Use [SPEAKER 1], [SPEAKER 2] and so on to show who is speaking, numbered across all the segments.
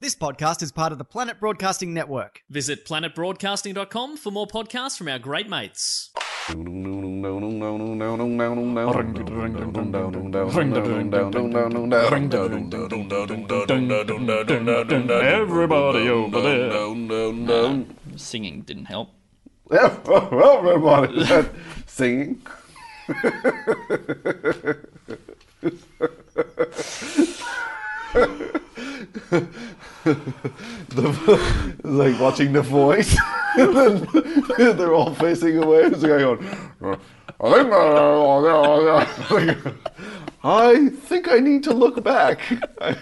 [SPEAKER 1] This podcast is part of the Planet Broadcasting Network.
[SPEAKER 2] Visit planetbroadcasting.com for more podcasts from our great mates.
[SPEAKER 3] Everybody over there.
[SPEAKER 4] Singing didn't help.
[SPEAKER 3] Everybody that singing. the, like watching the voice, and then they're all facing away. It's like "Oh, going, I think I need to look back. I,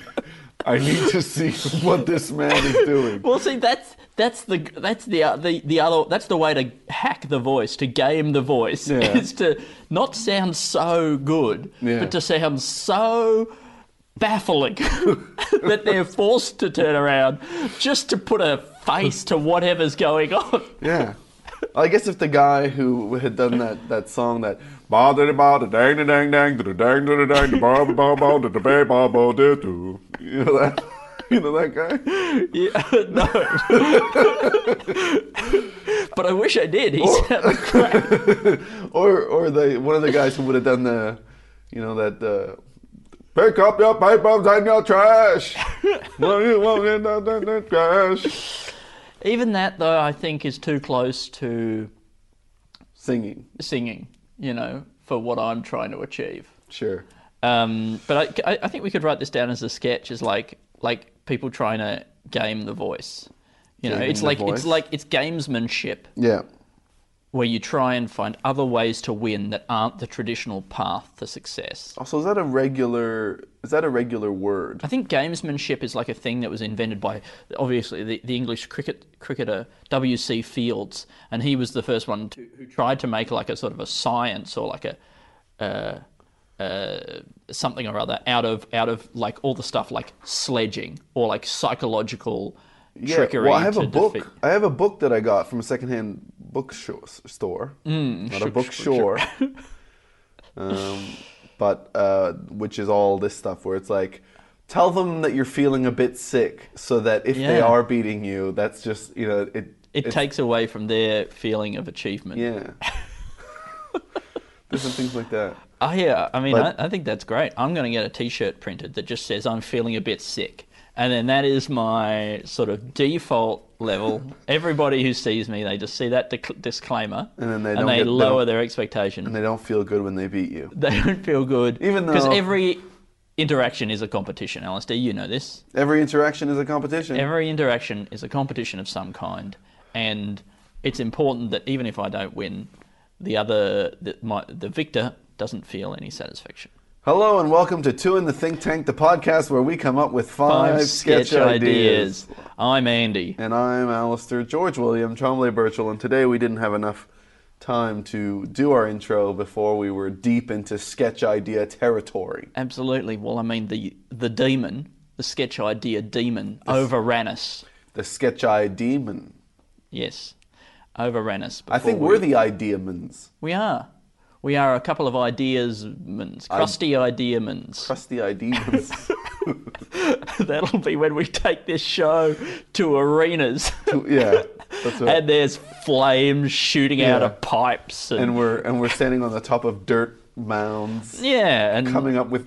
[SPEAKER 3] I need to see what this man is doing.
[SPEAKER 4] Well, see, that's that's the that's the uh, the the other that's the way to hack the voice to game the voice
[SPEAKER 3] Yeah.
[SPEAKER 4] is to not sound so good,
[SPEAKER 3] Yeah.
[SPEAKER 4] but to sound so baffling that they're forced to turn around just to put a face to whatever's going on.
[SPEAKER 3] Yeah. I guess if the guy who had done that, that song that bother bother dang da dang dang da dang da dang da ba ba ba da da ba ba ba da do you know that you know that guy
[SPEAKER 4] Yeah, no. but I wish I did. He
[SPEAKER 3] Oh.
[SPEAKER 4] sounded great.
[SPEAKER 3] or or the one of the guys who would have done the you know that uh, pick up your pipe up and your trash what do you want in that, that, that trash
[SPEAKER 4] Even that, though, I think is too close to
[SPEAKER 3] singing
[SPEAKER 4] singing, you know, for what I'm trying to achieve.
[SPEAKER 3] sure
[SPEAKER 4] Um, but I, I- I think we could write this down as a sketch, as like like people trying to game the voice. You know,
[SPEAKER 3] Gaming
[SPEAKER 4] it's
[SPEAKER 3] the
[SPEAKER 4] like
[SPEAKER 3] voice.
[SPEAKER 4] it's like it's gamesmanship
[SPEAKER 3] yeah
[SPEAKER 4] where you try and find other ways to win that aren't the traditional path to success.
[SPEAKER 3] also is that a regular is that a regular word
[SPEAKER 4] I think gamesmanship is like a thing that was invented by obviously the, the English cricket cricketer W. C. Fields, and he was the first one to, who tried to make like a sort of a science or like a uh, uh, something or other out of out of like all the stuff like sledging or like psychological trickery.
[SPEAKER 3] Well, I have
[SPEAKER 4] to
[SPEAKER 3] a book.
[SPEAKER 4] defeat-
[SPEAKER 3] I have a book that I got from a secondhand bookstore store,
[SPEAKER 4] Mm,
[SPEAKER 3] not a bookstore, um, but uh, which is all this stuff where it's like, tell them that you're feeling a bit sick, so that if they
[SPEAKER 4] Yeah.
[SPEAKER 3] are beating you, that's just you know it.
[SPEAKER 4] It
[SPEAKER 3] it's-
[SPEAKER 4] takes away from their feeling of achievement.
[SPEAKER 3] yeah. There's some things like that.
[SPEAKER 4] Oh yeah, I mean,
[SPEAKER 3] But-
[SPEAKER 4] I, I think that's great. I'm going to get a T-shirt printed that just says "I'm feeling a bit sick," and then that is my sort of default level. Everybody who sees me, they just see that dic- disclaimer,
[SPEAKER 3] And then they don't get- they
[SPEAKER 4] lower
[SPEAKER 3] don't-
[SPEAKER 4] their expectation.
[SPEAKER 3] And they don't feel good when they beat you.
[SPEAKER 4] they don't feel good,
[SPEAKER 3] Even
[SPEAKER 4] because
[SPEAKER 3] though-
[SPEAKER 4] every interaction is a competition. LSD, you know this.
[SPEAKER 3] Every interaction is a competition.
[SPEAKER 4] Every interaction is a competition of some kind, and it's important that even if I don't win, the other, the, my, the victor doesn't feel any satisfaction.
[SPEAKER 3] Hello and welcome to Two in the Think Tank, the podcast where we come up with five, sketch, ideas.
[SPEAKER 4] I'm Andy.
[SPEAKER 3] And I'm Alistair George William Chomley Birchall, and today we didn't have enough time to do our intro before we were deep into sketch idea territory.
[SPEAKER 4] Absolutely. Well, I mean the the demon, the sketch idea demon overran us.
[SPEAKER 3] The sketch idea man.
[SPEAKER 4] Yes, overran us.
[SPEAKER 3] I think
[SPEAKER 4] before
[SPEAKER 3] we're
[SPEAKER 4] we-
[SPEAKER 3] the idea mans.
[SPEAKER 4] we are. We are a couple of ideasmans, crusty ideamans.
[SPEAKER 3] Trusty idea mans.
[SPEAKER 4] That'll be when we take this show to arenas,
[SPEAKER 3] yeah. That's right.
[SPEAKER 4] and there's flames shooting out
[SPEAKER 3] Yeah.
[SPEAKER 4] of pipes, and,
[SPEAKER 3] And we're and we're standing on the top of dirt mounds
[SPEAKER 4] yeah, and
[SPEAKER 3] coming up with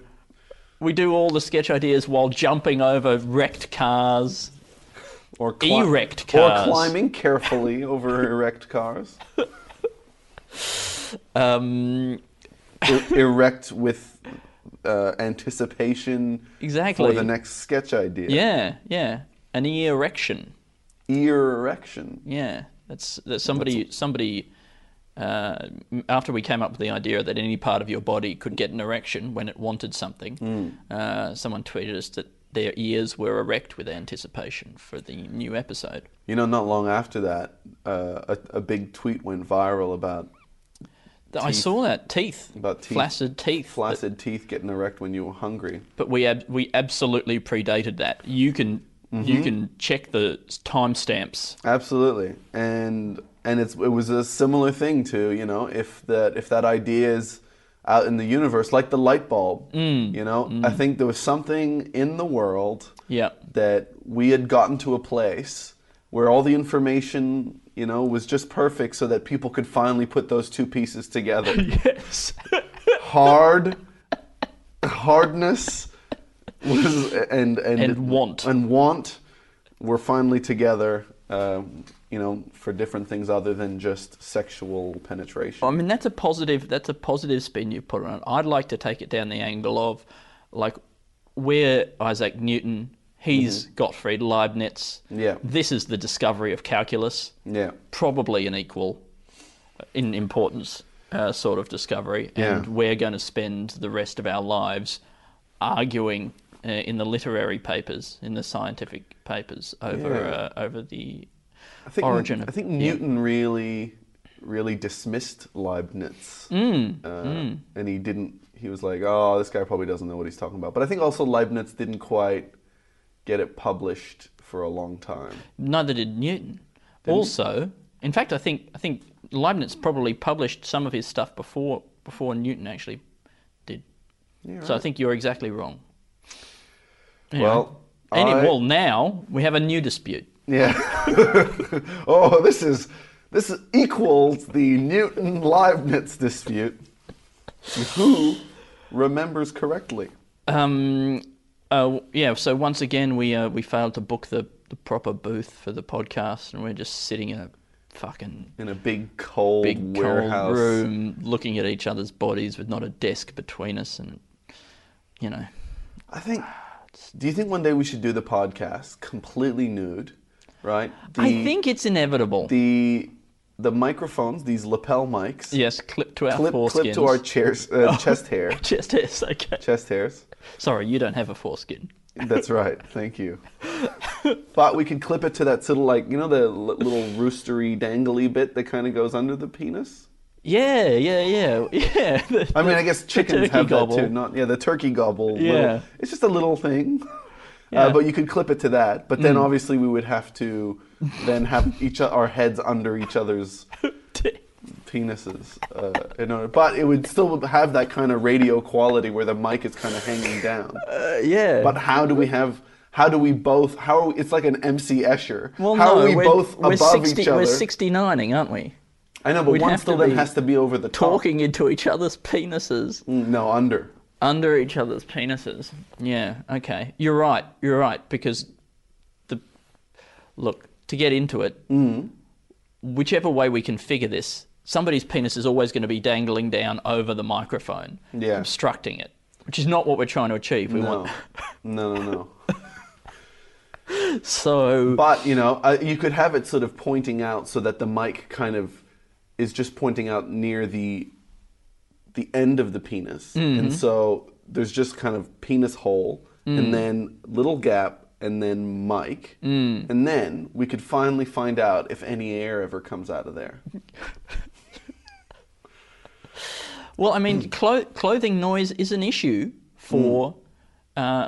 [SPEAKER 4] we do all the sketch ideas while jumping over wrecked cars.
[SPEAKER 3] or
[SPEAKER 4] Erect
[SPEAKER 3] Or
[SPEAKER 4] cars.
[SPEAKER 3] climbing carefully over erect cars.
[SPEAKER 4] Um,
[SPEAKER 3] I- E-, erect with uh, anticipation
[SPEAKER 4] Exactly.
[SPEAKER 3] for the next sketch idea.
[SPEAKER 4] Yeah, yeah. An erection.
[SPEAKER 3] Ear erection.
[SPEAKER 4] Yeah. That's that somebody somebody uh, after we came up with the idea that any part of your body could get an erection when it wanted something,
[SPEAKER 3] Hmm.
[SPEAKER 4] uh, someone tweeted us that their ears were erect with anticipation for the new episode.
[SPEAKER 3] You know, not long after that, uh, a, a big tweet went viral about
[SPEAKER 4] Th- I saw that teeth,
[SPEAKER 3] about teeth,
[SPEAKER 4] flaccid teeth. that-
[SPEAKER 3] flaccid teeth getting erect when you were hungry.
[SPEAKER 4] but we ab- we absolutely predated that. You can
[SPEAKER 3] Mm-hmm.
[SPEAKER 4] you can check the s- timestamps.
[SPEAKER 3] Absolutely, and and it's it was a similar thing to you know if that if that idea is out in the universe like the light bulb,
[SPEAKER 4] Mm.
[SPEAKER 3] you know I think there was something in the world
[SPEAKER 4] Yeah.
[SPEAKER 3] that we had gotten to a place where all the information you know was just perfect so that people could finally put those two pieces together.
[SPEAKER 4] Yes.
[SPEAKER 3] Hard hardness was and and,
[SPEAKER 4] And want.
[SPEAKER 3] and want were finally together um, you know for different things other than just sexual penetration
[SPEAKER 4] I mean, that's a positive. That's a positive spin you put on it. I'd like to take it down the angle of, like, where Isaac Newton, he's Gottfried Leibniz.
[SPEAKER 3] Mm-hmm. Yeah.
[SPEAKER 4] This is the discovery of calculus.
[SPEAKER 3] Yeah.
[SPEAKER 4] Probably an equal, uh, in importance, uh, sort of discovery,
[SPEAKER 3] Yeah.
[SPEAKER 4] and we're going to spend the rest of our lives arguing. Uh, in the literary papers, in the scientific papers, over uh, over the
[SPEAKER 3] I think,
[SPEAKER 4] origin of-
[SPEAKER 3] I think
[SPEAKER 4] yeah.
[SPEAKER 3] Newton really really dismissed Leibniz
[SPEAKER 4] Mm,
[SPEAKER 3] uh, and he didn't he was like oh this guy probably doesn't know what he's talking about but I think also Leibniz didn't quite get it published for a long time
[SPEAKER 4] Neither did Newton. also, in fact, I think I think Leibniz probably published some of his stuff before before Newton actually did. So I think you're exactly wrong.
[SPEAKER 3] well
[SPEAKER 4] Any,
[SPEAKER 3] I-
[SPEAKER 4] Well, now we have a new dispute.
[SPEAKER 3] Yeah. oh, this is this is, equals the Newton Leibniz dispute. Who remembers correctly?
[SPEAKER 4] Um, uh, yeah. So once again, we uh, we failed to book the, the proper booth for the podcast, and we're just sitting in a fucking
[SPEAKER 3] In a big cold
[SPEAKER 4] big
[SPEAKER 3] warehouse.
[SPEAKER 4] cold room, looking at each other's bodies with not a desk between us, and you know.
[SPEAKER 3] I think. Do you think one day we should do the podcast completely nude? Right. The,
[SPEAKER 4] I think it's inevitable.
[SPEAKER 3] the the microphones, these lapel mics,
[SPEAKER 4] Yes, clip to our
[SPEAKER 3] clip clip
[SPEAKER 4] foreskins.
[SPEAKER 3] to our chairs, uh,
[SPEAKER 4] Oh.
[SPEAKER 3] chest hair,
[SPEAKER 4] chest hairs. Okay.
[SPEAKER 3] chest hairs.
[SPEAKER 4] Sorry, you don't have a foreskin.
[SPEAKER 3] That's right. Thank you. but we could clip it to that little, like you know, the l- little roostery dangly bit that kind of goes under the penis.
[SPEAKER 4] Yeah, yeah, yeah, yeah.
[SPEAKER 3] I mean, I guess chickens
[SPEAKER 4] turkey
[SPEAKER 3] have
[SPEAKER 4] gobble.
[SPEAKER 3] that too. Not yeah, the turkey gobble. little-
[SPEAKER 4] Yeah.
[SPEAKER 3] it's just a little thing.
[SPEAKER 4] Yeah. Mm.
[SPEAKER 3] Uh, but you could clip it to that. But then obviously we would have to then have each o- our heads under each other's penises. Uh, in order, but it would still have that kind of radio quality where the mic is kind of hanging down.
[SPEAKER 4] Uh, yeah.
[SPEAKER 3] But how do we have? How do we both? How are we, it's like an MC Escher. how are we
[SPEAKER 4] we're,
[SPEAKER 3] both
[SPEAKER 4] we're
[SPEAKER 3] above
[SPEAKER 4] 60,
[SPEAKER 3] each other?
[SPEAKER 4] We're 69ing, aren't we? Oh.
[SPEAKER 3] I know, but
[SPEAKER 4] we'd
[SPEAKER 3] one
[SPEAKER 4] have
[SPEAKER 3] still
[SPEAKER 4] to
[SPEAKER 3] then
[SPEAKER 4] be
[SPEAKER 3] has to be over the top.
[SPEAKER 4] Talking into each other's penises.
[SPEAKER 3] No, under.
[SPEAKER 4] Under each other's penises. Yeah, okay. You're right, you're right, because the. Look, to get into it,
[SPEAKER 3] Mm.
[SPEAKER 4] whichever way we configure this, somebody's penis is always going to be dangling down over the microphone,
[SPEAKER 3] Yeah.
[SPEAKER 4] obstructing it, which is not what we're trying to achieve. We
[SPEAKER 3] No,
[SPEAKER 4] want
[SPEAKER 3] no, no, no.
[SPEAKER 4] so
[SPEAKER 3] But you know, uh, you could have it sort of pointing out so that the mic kind of is just pointing out near the the end of the penis,
[SPEAKER 4] Mm-hmm.
[SPEAKER 3] and so there's just kind of penis hole,
[SPEAKER 4] Mm.
[SPEAKER 3] and then little gap, and then mic,
[SPEAKER 4] Mm.
[SPEAKER 3] and then we could finally find out if any air ever comes out of there.
[SPEAKER 4] well, I
[SPEAKER 3] mm.
[SPEAKER 4] mean, clo- clothing noise is an issue for uh,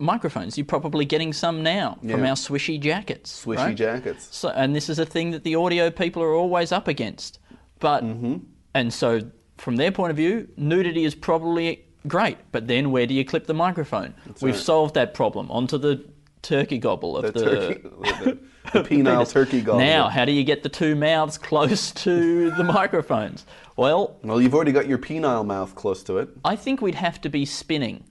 [SPEAKER 4] microphones. You're probably getting some now from
[SPEAKER 3] Yeah.
[SPEAKER 4] our swishy jackets.
[SPEAKER 3] Swishy
[SPEAKER 4] right?
[SPEAKER 3] jackets.
[SPEAKER 4] So, and this is a thing that the audio people are always up against. But
[SPEAKER 3] Mm-hmm.
[SPEAKER 4] and so from their point of view, nudity is probably great. But then where do you clip the microphone? We've solved that problem. Onto the turkey gobble
[SPEAKER 3] the,
[SPEAKER 4] of the.
[SPEAKER 3] turkey, the, the penile
[SPEAKER 4] penis.
[SPEAKER 3] turkey gobble.
[SPEAKER 4] Now, how do you get the two mouths close to the microphones? Well,
[SPEAKER 3] well, you've already got your penile mouth close to it.
[SPEAKER 4] I think we'd have to be spinning.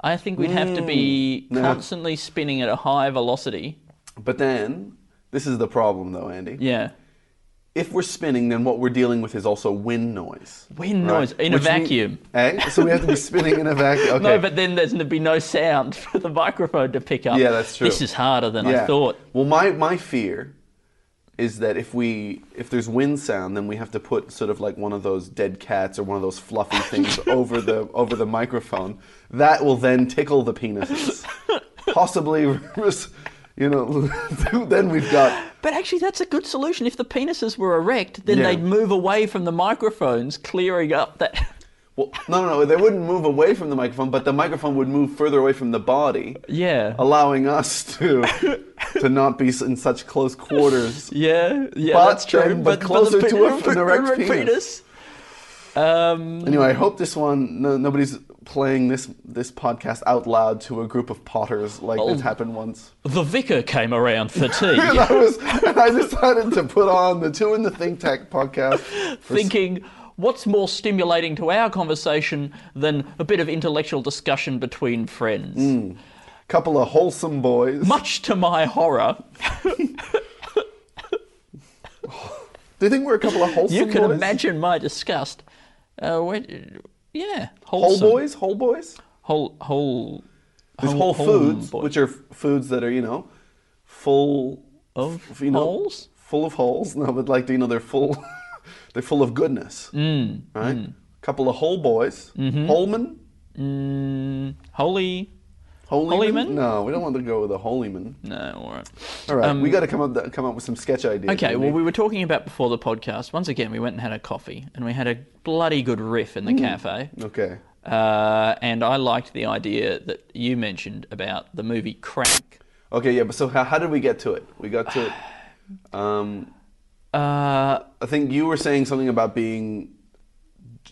[SPEAKER 4] I think we'd have to be
[SPEAKER 3] Mm,
[SPEAKER 4] constantly spinning at a high velocity.
[SPEAKER 3] But then, this is the problem though, Andy.
[SPEAKER 4] Yeah.
[SPEAKER 3] If we're spinning, then what we're dealing with is also wind noise.
[SPEAKER 4] Wind noise in a
[SPEAKER 3] Which mean-
[SPEAKER 4] vacuum.
[SPEAKER 3] eh? So we have to be spinning in a vacuum. Okay.
[SPEAKER 4] No, but then there's going to be no sound for the microphone to pick up.
[SPEAKER 3] Yeah, that's true.
[SPEAKER 4] This is harder than I
[SPEAKER 3] Yeah.
[SPEAKER 4] thought.
[SPEAKER 3] Well, my, my fear is that if we if there's wind sound, then we have to put sort of like one of those dead cats or one of those fluffy things over the over the microphone. That will then tickle the penises, possibly. You know, then we've got
[SPEAKER 4] But actually, that's a good solution. If the penises were erect, then
[SPEAKER 3] Yeah.
[SPEAKER 4] they'd move away from the microphones, clearing up that.
[SPEAKER 3] Well, no, no, no. They wouldn't move away from the microphone, but the microphone would move further away from the body,
[SPEAKER 4] Yeah.
[SPEAKER 3] allowing us to to not be s- in such close quarters.
[SPEAKER 4] Yeah, yeah,
[SPEAKER 3] But
[SPEAKER 4] that's true.
[SPEAKER 3] then- but closer
[SPEAKER 4] the
[SPEAKER 3] to
[SPEAKER 4] pe-
[SPEAKER 3] a- an erect penis.
[SPEAKER 4] Um,
[SPEAKER 3] Anyway, I hope this one no, nobody's playing this this podcast out loud to a group of potters like
[SPEAKER 4] Oh.
[SPEAKER 3] this happened once.
[SPEAKER 4] the vicar came around for tea,
[SPEAKER 3] And I was and I decided to put on the Two in the Think Tank podcast. for s-
[SPEAKER 4] thinking, "What's more stimulating to our conversation than a bit of intellectual discussion between friends?"
[SPEAKER 3] Mm. couple of wholesome boys.
[SPEAKER 4] Much to my horror,
[SPEAKER 3] Do you think we're a couple of wholesome
[SPEAKER 4] you can
[SPEAKER 3] boys?
[SPEAKER 4] imagine my disgust. Uh, when, yeah,
[SPEAKER 3] whole
[SPEAKER 4] wholesome.
[SPEAKER 3] boys, whole boys.
[SPEAKER 4] whole, whole,
[SPEAKER 3] There's whole, foods, which are f- foods that are you know full
[SPEAKER 4] Of
[SPEAKER 3] f- you know,
[SPEAKER 4] holes?
[SPEAKER 3] full of holes. No, but like you know they're full, they're full of goodness. Mm, right, couple of whole boys,
[SPEAKER 4] Mm-hmm.
[SPEAKER 3] Holman,
[SPEAKER 4] mm, holy.
[SPEAKER 3] Holyman.
[SPEAKER 4] Holyman?
[SPEAKER 3] No, we don't want to go with a Holyman.
[SPEAKER 4] No, all right.
[SPEAKER 3] All right, we got to come up th- come up with some sketch ideas.
[SPEAKER 4] Um, Okay,
[SPEAKER 3] don't
[SPEAKER 4] well,
[SPEAKER 3] we
[SPEAKER 4] we were talking about before the podcast. Once again, we went and had a coffee, and we had a bloody good riff in the
[SPEAKER 3] Mm.
[SPEAKER 4] cafe.
[SPEAKER 3] okay.
[SPEAKER 4] Uh, and I liked the idea that you mentioned about the movie Crank.
[SPEAKER 3] Okay, yeah, but so how, how did we get to it? We got to, um, uh, I think you were saying something about being.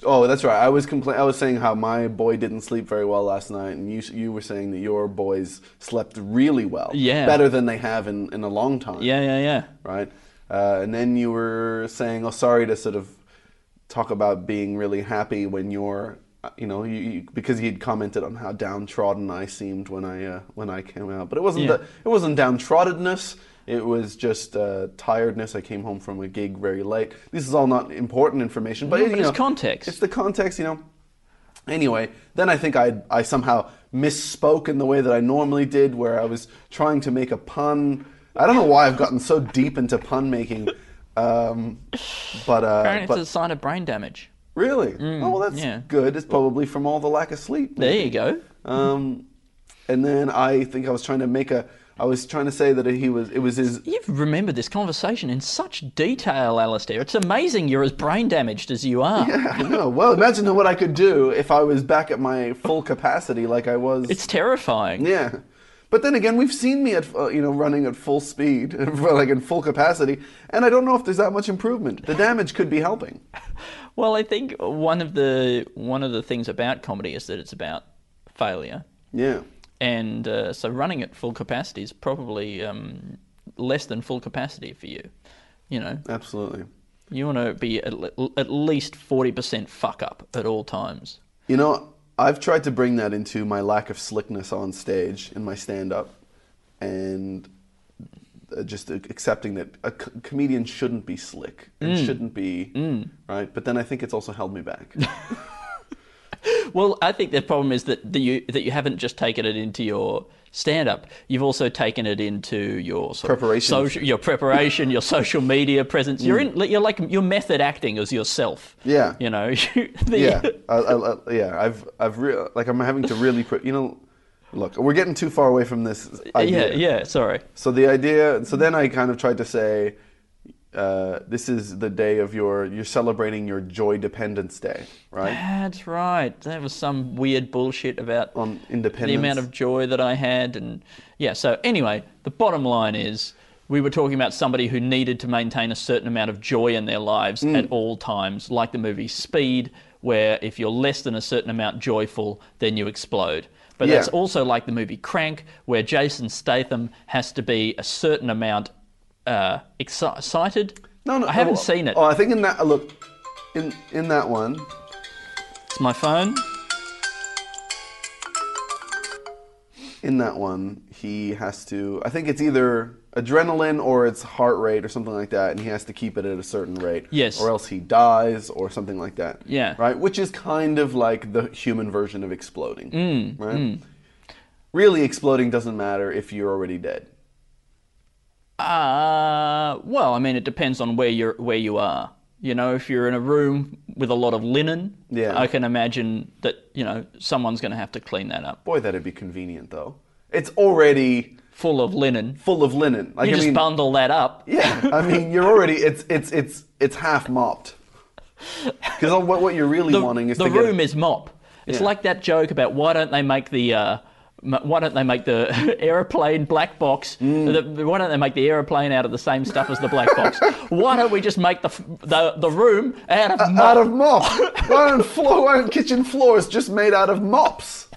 [SPEAKER 3] Oh, that's right. I was compla- I was saying how my boy didn't sleep very well last night, and you s- you were saying that your boys slept really well.
[SPEAKER 4] Yeah.
[SPEAKER 3] Better than they have in, in a long time.
[SPEAKER 4] Yeah, yeah, yeah.
[SPEAKER 3] Right. Uh, and then you were saying, oh, sorry to sort of talk about being really happy when you're. uh, You know, you, you, because he'd commented on how downtrodden I seemed when I uh, when I came out, but it wasn't
[SPEAKER 4] Yeah.
[SPEAKER 3] the, it wasn't downtroddenness. It was just uh, tiredness. I came home from a gig very late. This is all not important information, but,
[SPEAKER 4] No,
[SPEAKER 3] you
[SPEAKER 4] but it's
[SPEAKER 3] know,
[SPEAKER 4] context.
[SPEAKER 3] It's the context, you know. Anyway, then I think I I somehow misspoke in the way that I normally did, where I was trying to make a pun. I don't know why I've gotten so deep into pun making, um, but uh,
[SPEAKER 4] Apparently,
[SPEAKER 3] but
[SPEAKER 4] it's a sign of brain damage.
[SPEAKER 3] really, oh well, that's
[SPEAKER 4] yeah.
[SPEAKER 3] good. It's probably from all the lack of sleep.
[SPEAKER 4] There you go.
[SPEAKER 3] Um, and then I think I was trying to make a. I was trying to say that he was. It was his.
[SPEAKER 4] You've remembered this conversation in such detail, Alistair. It's amazing you're as brain damaged as you are.
[SPEAKER 3] I know. Well, imagine what I could do if I was back at my full capacity, like I was.
[SPEAKER 4] It's terrifying.
[SPEAKER 3] Yeah. But then again, we've seen me at uh, you know running at full speed, like in full capacity, and I don't know if there's that much improvement. The damage could be helping.
[SPEAKER 4] Well, I think one of the one of the things about comedy is that it's about failure.
[SPEAKER 3] Yeah.
[SPEAKER 4] and uh, so running at full capacity is probably um, less than full capacity for you. You know,
[SPEAKER 3] Absolutely.
[SPEAKER 4] you want to be at, le- at least forty percent fuck up at all times.
[SPEAKER 3] You know, I've tried to bring that into my lack of slickness on stage in my stand up and uh, just ac- accepting that a co- comedian shouldn't be slick and shouldn't be right, but then I think it's also held me back.
[SPEAKER 4] Well, I think the problem is that the, you that you haven't just taken it into your stand up. You've also taken it into your sort of
[SPEAKER 3] Preparation. Mm.
[SPEAKER 4] social, your preparation, your social media presence. You're in, you're like your method acting as yourself.
[SPEAKER 3] Yeah.
[SPEAKER 4] you know, you, the,
[SPEAKER 3] yeah, I, I, I- yeah. I've I've re- like I'm having to really put you know, look, we're getting too far away from this
[SPEAKER 4] yeah,
[SPEAKER 3] idea.
[SPEAKER 4] yeah. Sorry.
[SPEAKER 3] So the idea. So then I kind of tried to say, uh, this is the day of your you're celebrating your joy dependence day, right?
[SPEAKER 4] That's right. There was some weird bullshit about
[SPEAKER 3] On
[SPEAKER 4] the
[SPEAKER 3] independence.
[SPEAKER 4] amount of joy that I had, and yeah. So anyway, the bottom line is we were talking about somebody who needed to maintain a certain amount of joy in their lives
[SPEAKER 3] Mm.
[SPEAKER 4] at all times, like the movie Speed, where if you're less than a certain amount joyful, then you explode. But
[SPEAKER 3] Yeah.
[SPEAKER 4] that's also like the movie Crank, where Jason Statham has to be a certain amount uh, exci- excited.
[SPEAKER 3] No, no.
[SPEAKER 4] I haven't
[SPEAKER 3] oh,
[SPEAKER 4] seen it.
[SPEAKER 3] Oh, I think in that look, in in that one,
[SPEAKER 4] It's my phone.
[SPEAKER 3] in that one, he has to. I think it's either adrenaline or it's heart rate or something like that, and he has to keep it at a certain rate.
[SPEAKER 4] Yes.
[SPEAKER 3] Or else he dies or something like that.
[SPEAKER 4] Yeah.
[SPEAKER 3] Right? Which is kind of like the human version of exploding.
[SPEAKER 4] Mm,
[SPEAKER 3] right? Really, exploding doesn't matter if you're already dead.
[SPEAKER 4] Uh, well, I mean, it depends on where you're where you are. You know, if you're in a room with a lot of linen,
[SPEAKER 3] Yeah.
[SPEAKER 4] I can imagine that you know someone's going to have to clean that up.
[SPEAKER 3] Boy, that'd be convenient though. It's already
[SPEAKER 4] Full of linen,
[SPEAKER 3] full of linen. Like
[SPEAKER 4] you
[SPEAKER 3] I
[SPEAKER 4] just
[SPEAKER 3] mean,
[SPEAKER 4] bundle that up.
[SPEAKER 3] yeah. I mean, you're already it's it's it's it's half mopped. Because what, what you're really
[SPEAKER 4] the,
[SPEAKER 3] wanting is
[SPEAKER 4] the
[SPEAKER 3] to get
[SPEAKER 4] room is mop. It's
[SPEAKER 3] Yeah.
[SPEAKER 4] like that joke about why don't they make the uh, m- why don't they make the airplane black box?
[SPEAKER 3] Mm.
[SPEAKER 4] The, why don't they make the airplane out of the same stuff as the black box? why don't we just make the f- the, the room out of mop?
[SPEAKER 3] out of mop. why aren't floor? Why aren't kitchen floors just made out of mops?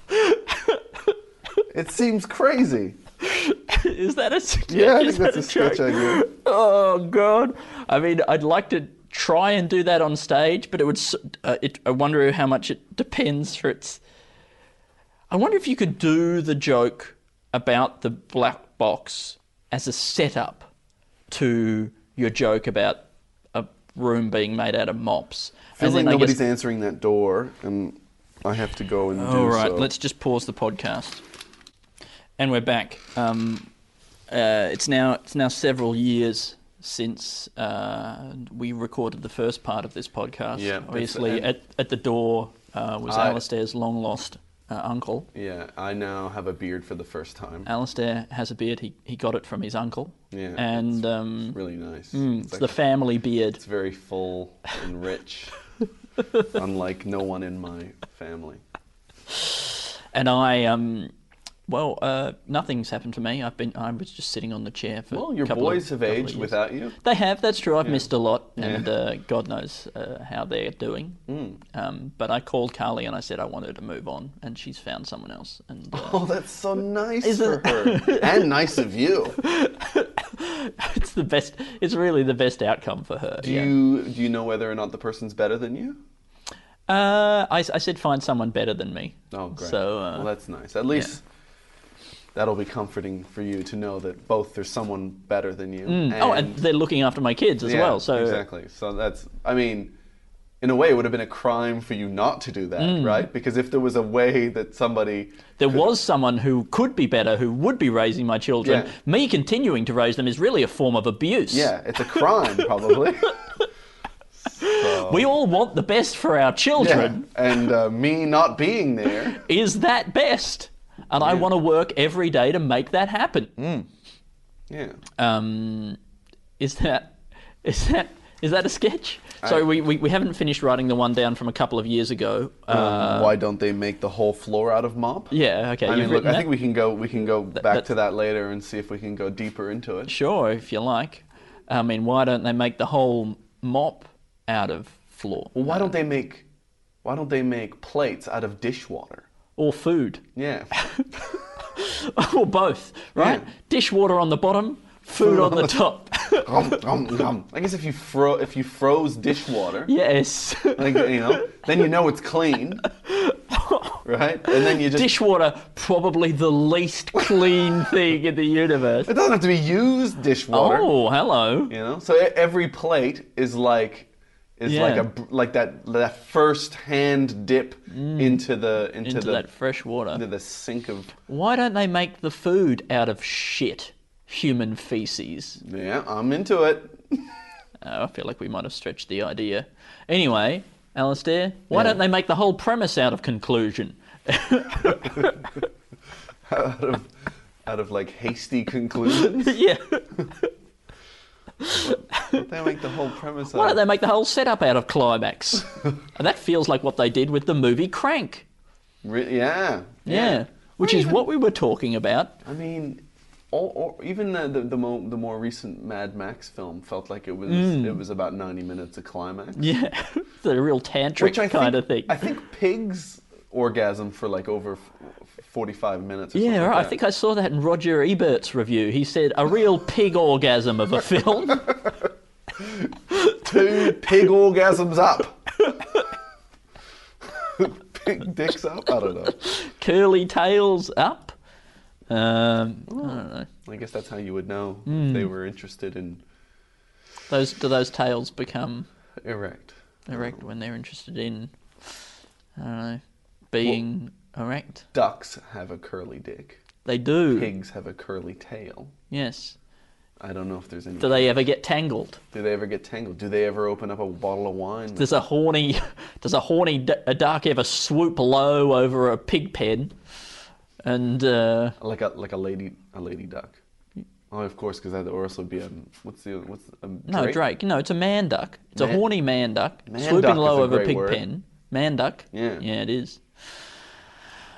[SPEAKER 3] It seems crazy.
[SPEAKER 4] is that a sketch?
[SPEAKER 3] Yeah, I
[SPEAKER 4] Is
[SPEAKER 3] think that's
[SPEAKER 4] that
[SPEAKER 3] a sketch
[SPEAKER 4] joke?
[SPEAKER 3] idea.
[SPEAKER 4] Oh god! I mean, I'd like to try and do that on stage, but it would. s- Uh, it, I wonder how much it depends for its. I wonder if you could do the joke about the black box as a setup to your joke about a room being made out of mops.
[SPEAKER 3] Feels like
[SPEAKER 4] then I guess-
[SPEAKER 3] nobody's answering that door, and I have to go and do
[SPEAKER 4] all right,
[SPEAKER 3] so.
[SPEAKER 4] let's just pause the podcast, and we're back. Um, uh, it's now it's now several years since uh, we recorded the first part of this podcast.
[SPEAKER 3] Yeah, it's-
[SPEAKER 4] obviously,
[SPEAKER 3] and-
[SPEAKER 4] at at the door uh, was
[SPEAKER 3] I-
[SPEAKER 4] Alistair's long lost uh, uncle.
[SPEAKER 3] Yeah, I now have a beard for the first time.
[SPEAKER 4] Alistair has a beard. He he got it from his uncle.
[SPEAKER 3] Yeah,
[SPEAKER 4] and
[SPEAKER 3] it's-
[SPEAKER 4] um,
[SPEAKER 3] Really nice.
[SPEAKER 4] it's the family beard.
[SPEAKER 3] It's very full and rich, unlike no one in my family.
[SPEAKER 4] And I um, well, uh, nothing's happened to me. I've been I was just sitting on the chair for.
[SPEAKER 3] Well,
[SPEAKER 4] a
[SPEAKER 3] your
[SPEAKER 4] couple of-
[SPEAKER 3] boys have
[SPEAKER 4] couple of
[SPEAKER 3] aged
[SPEAKER 4] years.
[SPEAKER 3] without you.
[SPEAKER 4] They have. That's true. I've missed a lot, and uh, God knows uh, how they're doing.
[SPEAKER 3] Mm.
[SPEAKER 4] Um, but I called Carly and I said I want her to move on, and she's found someone else. And uh,
[SPEAKER 3] Oh, that's so nice
[SPEAKER 4] Isn't-
[SPEAKER 3] for her, and nice of you.
[SPEAKER 4] it's the best. It's really the best outcome for her.
[SPEAKER 3] Do
[SPEAKER 4] yeah.
[SPEAKER 3] you do you know whether or not the person's better than you?
[SPEAKER 4] Uh, I, I said find someone better than me.
[SPEAKER 3] Oh, great.
[SPEAKER 4] So uh,
[SPEAKER 3] well, that's nice. At least that'll be comforting for you to know that both there's someone better than you. And,
[SPEAKER 4] oh, and they're looking after my kids as
[SPEAKER 3] yeah,
[SPEAKER 4] well. So
[SPEAKER 3] exactly. So that's. I mean, in a way, it would have been a crime for you not to do that,
[SPEAKER 4] Mm.
[SPEAKER 3] right? Because if there was a way that somebody
[SPEAKER 4] there was someone who could be better, who would be raising my children.
[SPEAKER 3] Yeah.
[SPEAKER 4] Me continuing to raise them is really a form of abuse.
[SPEAKER 3] Yeah, it's a crime, probably.
[SPEAKER 4] We all want the best for our
[SPEAKER 3] yeah.
[SPEAKER 4] children.
[SPEAKER 3] And uh, me not being there.
[SPEAKER 4] is that best? And I want to work every day to make that happen.
[SPEAKER 3] Mm. Yeah.
[SPEAKER 4] Um, is that is that is that a sketch? so we, we, we haven't finished writing the one down from a couple of years ago. Uh,
[SPEAKER 3] Um, Why don't they make the whole floor out of mop?
[SPEAKER 4] yeah, okay.
[SPEAKER 3] I
[SPEAKER 4] you've
[SPEAKER 3] mean, look,
[SPEAKER 4] written
[SPEAKER 3] I think
[SPEAKER 4] that?
[SPEAKER 3] we can go we can go back
[SPEAKER 4] that-
[SPEAKER 3] to that later and see if we can go deeper into it.
[SPEAKER 4] sure if you like. I mean, why don't they make the whole mop out of floor
[SPEAKER 3] Well, why don't they make why don't they make plates out of dishwater?
[SPEAKER 4] or food
[SPEAKER 3] Yeah.
[SPEAKER 4] or both? Right,
[SPEAKER 3] Yeah.
[SPEAKER 4] dishwater on the bottom, food on the top.
[SPEAKER 3] Rum, rum, rum. I guess if you fro if you froze dishwater,
[SPEAKER 4] yes,
[SPEAKER 3] like, you know, then you know it's clean, right? And then you just
[SPEAKER 4] dishwater probably the least clean thing in the universe.
[SPEAKER 3] it doesn't have to be used dishwater.
[SPEAKER 4] Oh, hello.
[SPEAKER 3] You know, so e- every plate is like is like
[SPEAKER 4] Yeah.
[SPEAKER 3] a br- like that that first hand dip into the into,
[SPEAKER 4] Mm. Into
[SPEAKER 3] the
[SPEAKER 4] that fresh water.
[SPEAKER 3] into the sink of
[SPEAKER 4] Why don't they make the food out of shit? Human feces.
[SPEAKER 3] yeah. I'm into it.
[SPEAKER 4] Oh, I feel like we might have stretched the idea. Anyway, Alistair, why don't they make the whole premise out of conclusion?
[SPEAKER 3] out of out of like hasty conclusions.
[SPEAKER 4] yeah.
[SPEAKER 3] they make the whole premise.
[SPEAKER 4] Why
[SPEAKER 3] out
[SPEAKER 4] don't
[SPEAKER 3] of-
[SPEAKER 4] they make the whole setup out of climax? and that feels like what they did with the movie Crank.
[SPEAKER 3] Re- yeah,
[SPEAKER 4] Yeah. Which is what we were talking about.
[SPEAKER 3] I mean, or, or even the the, the, mo- the more recent Mad Max film felt like it was it was about ninety minutes of climax.
[SPEAKER 4] Mm. Yeah. the real tantric kind
[SPEAKER 3] think,
[SPEAKER 4] of thing.
[SPEAKER 3] I think pigs orgasm for like over f- forty-five minutes. Or
[SPEAKER 4] Yeah,
[SPEAKER 3] something
[SPEAKER 4] right.
[SPEAKER 3] Like
[SPEAKER 4] I think I saw that in Roger Ebert's review. He said a real pig orgasm of a film.
[SPEAKER 3] two pig orgasms up. Pig dicks up. I don't know.
[SPEAKER 4] Curly tails up. Um, I don't know.
[SPEAKER 3] I guess that's how you would know
[SPEAKER 4] Mm.
[SPEAKER 3] if they were interested in
[SPEAKER 4] Those do those tails become
[SPEAKER 3] erect.
[SPEAKER 4] erect when they're interested in I don't know being erect.
[SPEAKER 3] Ducks have a curly dick.
[SPEAKER 4] They do.
[SPEAKER 3] Pigs have a curly tail.
[SPEAKER 4] Yes.
[SPEAKER 3] I don't know if there's any.
[SPEAKER 4] Do they ever get tangled?
[SPEAKER 3] Do they ever get tangled? Do they ever open up a bottle of wine?
[SPEAKER 4] Does a horny, does a horny d- a duck ever swoop low over a pig pen? And uh,
[SPEAKER 3] like a like a lady a lady duck. Oh, of course, because that or else would be a what's the what's a
[SPEAKER 4] no, Drake? No, it's a man duck. It's a
[SPEAKER 3] Man-
[SPEAKER 4] horny man duck
[SPEAKER 3] Man
[SPEAKER 4] swooping
[SPEAKER 3] duck is
[SPEAKER 4] low
[SPEAKER 3] a
[SPEAKER 4] over a
[SPEAKER 3] great
[SPEAKER 4] pig
[SPEAKER 3] word.
[SPEAKER 4] pen. Man duck.
[SPEAKER 3] Yeah.
[SPEAKER 4] yeah, it is.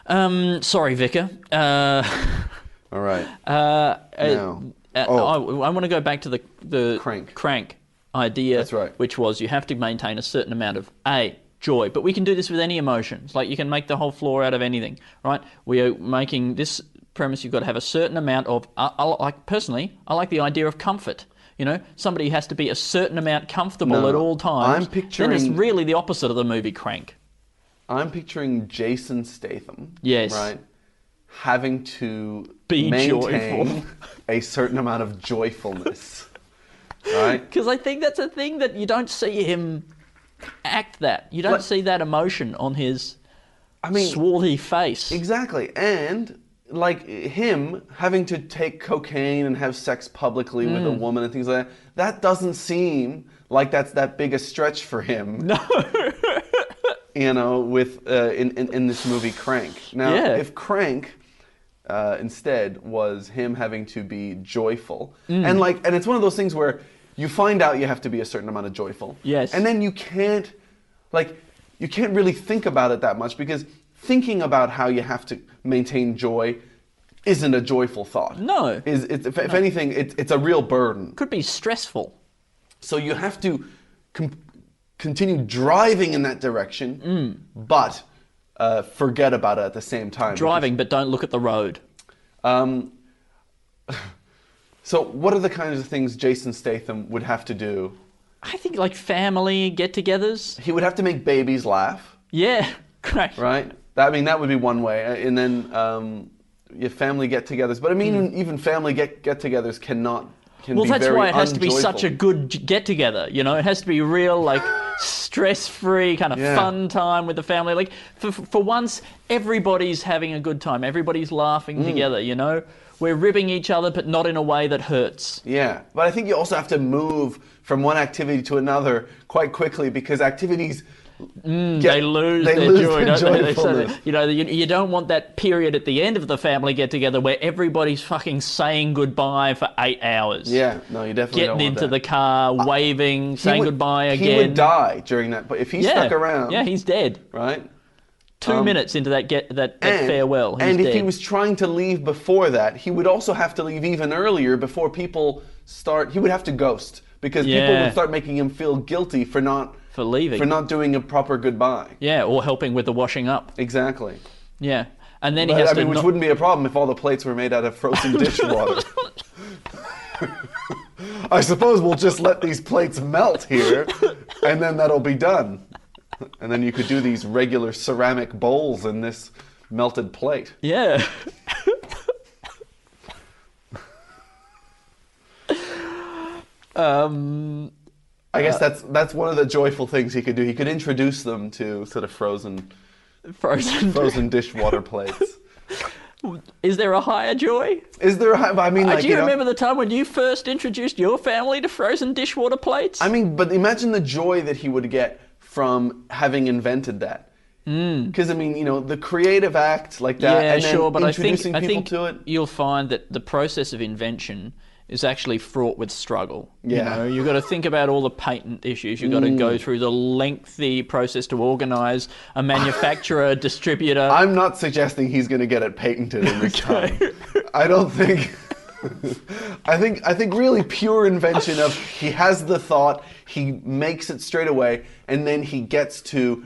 [SPEAKER 4] Um, sorry, Vicar. Uh,
[SPEAKER 3] All right. Now.
[SPEAKER 4] uh,
[SPEAKER 3] Oh.
[SPEAKER 4] I, want to go back to the the
[SPEAKER 3] Crank.
[SPEAKER 4] idea.
[SPEAKER 3] That's right.
[SPEAKER 4] Which was you have to maintain a certain amount of a joy, but we can do this with any emotions. Like you can make the whole floor out of anything, right? We are making this premise. You've got to have a certain amount of. I, I like personally, I like the idea of comfort. You know, somebody has to be a certain amount comfortable
[SPEAKER 3] No,
[SPEAKER 4] at all times.
[SPEAKER 3] I'm
[SPEAKER 4] Then it's
[SPEAKER 3] picturing-
[SPEAKER 4] really the opposite of the movie Crank.
[SPEAKER 3] I'm picturing Jason Statham.
[SPEAKER 4] Yes.
[SPEAKER 3] Right. Having to
[SPEAKER 4] Be
[SPEAKER 3] maintain
[SPEAKER 4] joyful.
[SPEAKER 3] a certain amount of joyfulness. right.
[SPEAKER 4] Because I think that's a thing that you don't see him act that. You don't
[SPEAKER 3] Like-
[SPEAKER 4] see that emotion on his
[SPEAKER 3] I mean,
[SPEAKER 4] swarthy face.
[SPEAKER 3] Exactly. And like him having to take cocaine and have sex publicly with a woman and things like that, that doesn't seem like that's that big a stretch for him. No. you know, with uh, in, in in this movie Crank. Now,
[SPEAKER 4] Yeah.
[SPEAKER 3] if Crank uh, instead was him having to be joyful,
[SPEAKER 4] Mm.
[SPEAKER 3] and like, and it's one of those things where you find out you have to be a certain amount of joyful.
[SPEAKER 4] Yes.
[SPEAKER 3] And then you can't like you can't really think about it that much because thinking about how you have to maintain joy isn't a joyful thought.
[SPEAKER 4] No.
[SPEAKER 3] Is it's, if, if anything, it, it's a real burden.
[SPEAKER 4] Could be stressful.
[SPEAKER 3] So you have to com- continue driving in that direction, but uh, forget about it at the same time.
[SPEAKER 4] Mm. Driving, but don't look at the road.
[SPEAKER 3] Um, so what are the kinds of things Jason Statham would have to do?
[SPEAKER 4] I think like family get-togethers.
[SPEAKER 3] He would have to make babies laugh.
[SPEAKER 4] Yeah, great.
[SPEAKER 3] right? That, I mean, that would be one way. Uh, And then um, your family get-togethers. But I mean, even family get get-togethers cannot. Can
[SPEAKER 4] Hmm. Well,
[SPEAKER 3] be
[SPEAKER 4] that's
[SPEAKER 3] very
[SPEAKER 4] why it has to be
[SPEAKER 3] unjoyful.
[SPEAKER 4] such a good j- get-together. You know, it has to be real, like stress-free kind of
[SPEAKER 3] Yeah.
[SPEAKER 4] fun time with the family. Like for for once, everybody's having a good time. Everybody's laughing
[SPEAKER 3] Mm.
[SPEAKER 4] together. You know, we're ribbing each other, but not in a way that hurts.
[SPEAKER 3] Yeah, but I think you also have to move from one activity to another quite quickly because activities get-
[SPEAKER 4] Hmm, they lose
[SPEAKER 3] they
[SPEAKER 4] their
[SPEAKER 3] lose
[SPEAKER 4] joy.
[SPEAKER 3] their
[SPEAKER 4] don't they? They sort of-
[SPEAKER 3] joyfulness.
[SPEAKER 4] you know, you, you don't want that period at the end of the family get together where everybody's fucking saying goodbye for eight hours.
[SPEAKER 3] Yeah, no, you definitely
[SPEAKER 4] Getting
[SPEAKER 3] don't want
[SPEAKER 4] into
[SPEAKER 3] that.
[SPEAKER 4] the car, waving, saying
[SPEAKER 3] He would-
[SPEAKER 4] goodbye
[SPEAKER 3] He
[SPEAKER 4] again.
[SPEAKER 3] would die during that. But if he
[SPEAKER 4] Yeah.
[SPEAKER 3] stuck around,
[SPEAKER 4] Yeah, he's dead.
[SPEAKER 3] right.
[SPEAKER 4] Two minutes into that get that, that
[SPEAKER 3] And-
[SPEAKER 4] farewell. He's
[SPEAKER 3] and if he
[SPEAKER 4] dead.
[SPEAKER 3] was trying to leave before that, he would also have to leave even earlier before people start. He would have to ghost because people
[SPEAKER 4] Yeah.
[SPEAKER 3] would start making him feel guilty for not
[SPEAKER 4] For leaving.
[SPEAKER 3] for not doing a proper goodbye.
[SPEAKER 4] Yeah, or helping with the washing up.
[SPEAKER 3] Exactly.
[SPEAKER 4] Yeah. And then he
[SPEAKER 3] But,
[SPEAKER 4] has
[SPEAKER 3] I
[SPEAKER 4] to
[SPEAKER 3] mean, which
[SPEAKER 4] not-
[SPEAKER 3] wouldn't be a problem if all the plates were made out of frozen dishwater. I suppose we'll just let these plates melt here, and then that'll be done. And then you could do these regular ceramic bowls in this melted plate.
[SPEAKER 4] Yeah. um
[SPEAKER 3] I guess that's that's one of the joyful things he could do. He could introduce them to sort of frozen
[SPEAKER 4] frozen.
[SPEAKER 3] frozen dishwater plates.
[SPEAKER 4] Is there a higher joy?
[SPEAKER 3] Is there? a- I mean,
[SPEAKER 4] Uh,
[SPEAKER 3] like,
[SPEAKER 4] do you,
[SPEAKER 3] know-
[SPEAKER 4] remember the time when you first introduced your family to frozen dishwater plates?
[SPEAKER 3] I mean, but imagine the joy that he would get from having invented that. Because I mean, you know, the creative act like that,
[SPEAKER 4] Hmm. yeah,
[SPEAKER 3] and then
[SPEAKER 4] sure, but I think,
[SPEAKER 3] introducing
[SPEAKER 4] I
[SPEAKER 3] people
[SPEAKER 4] think
[SPEAKER 3] to it.
[SPEAKER 4] you'll find that the process of invention is actually fraught with struggle. You
[SPEAKER 3] Yeah. Mm.
[SPEAKER 4] know, you've got to think about all the patent issues. You've got to go through the lengthy process to organise a manufacturer, distributor.
[SPEAKER 3] I'm not suggesting he's going to get it patented in this time. I don't think. I think I think really pure invention of he has the thought, he makes it straight away, and then he gets to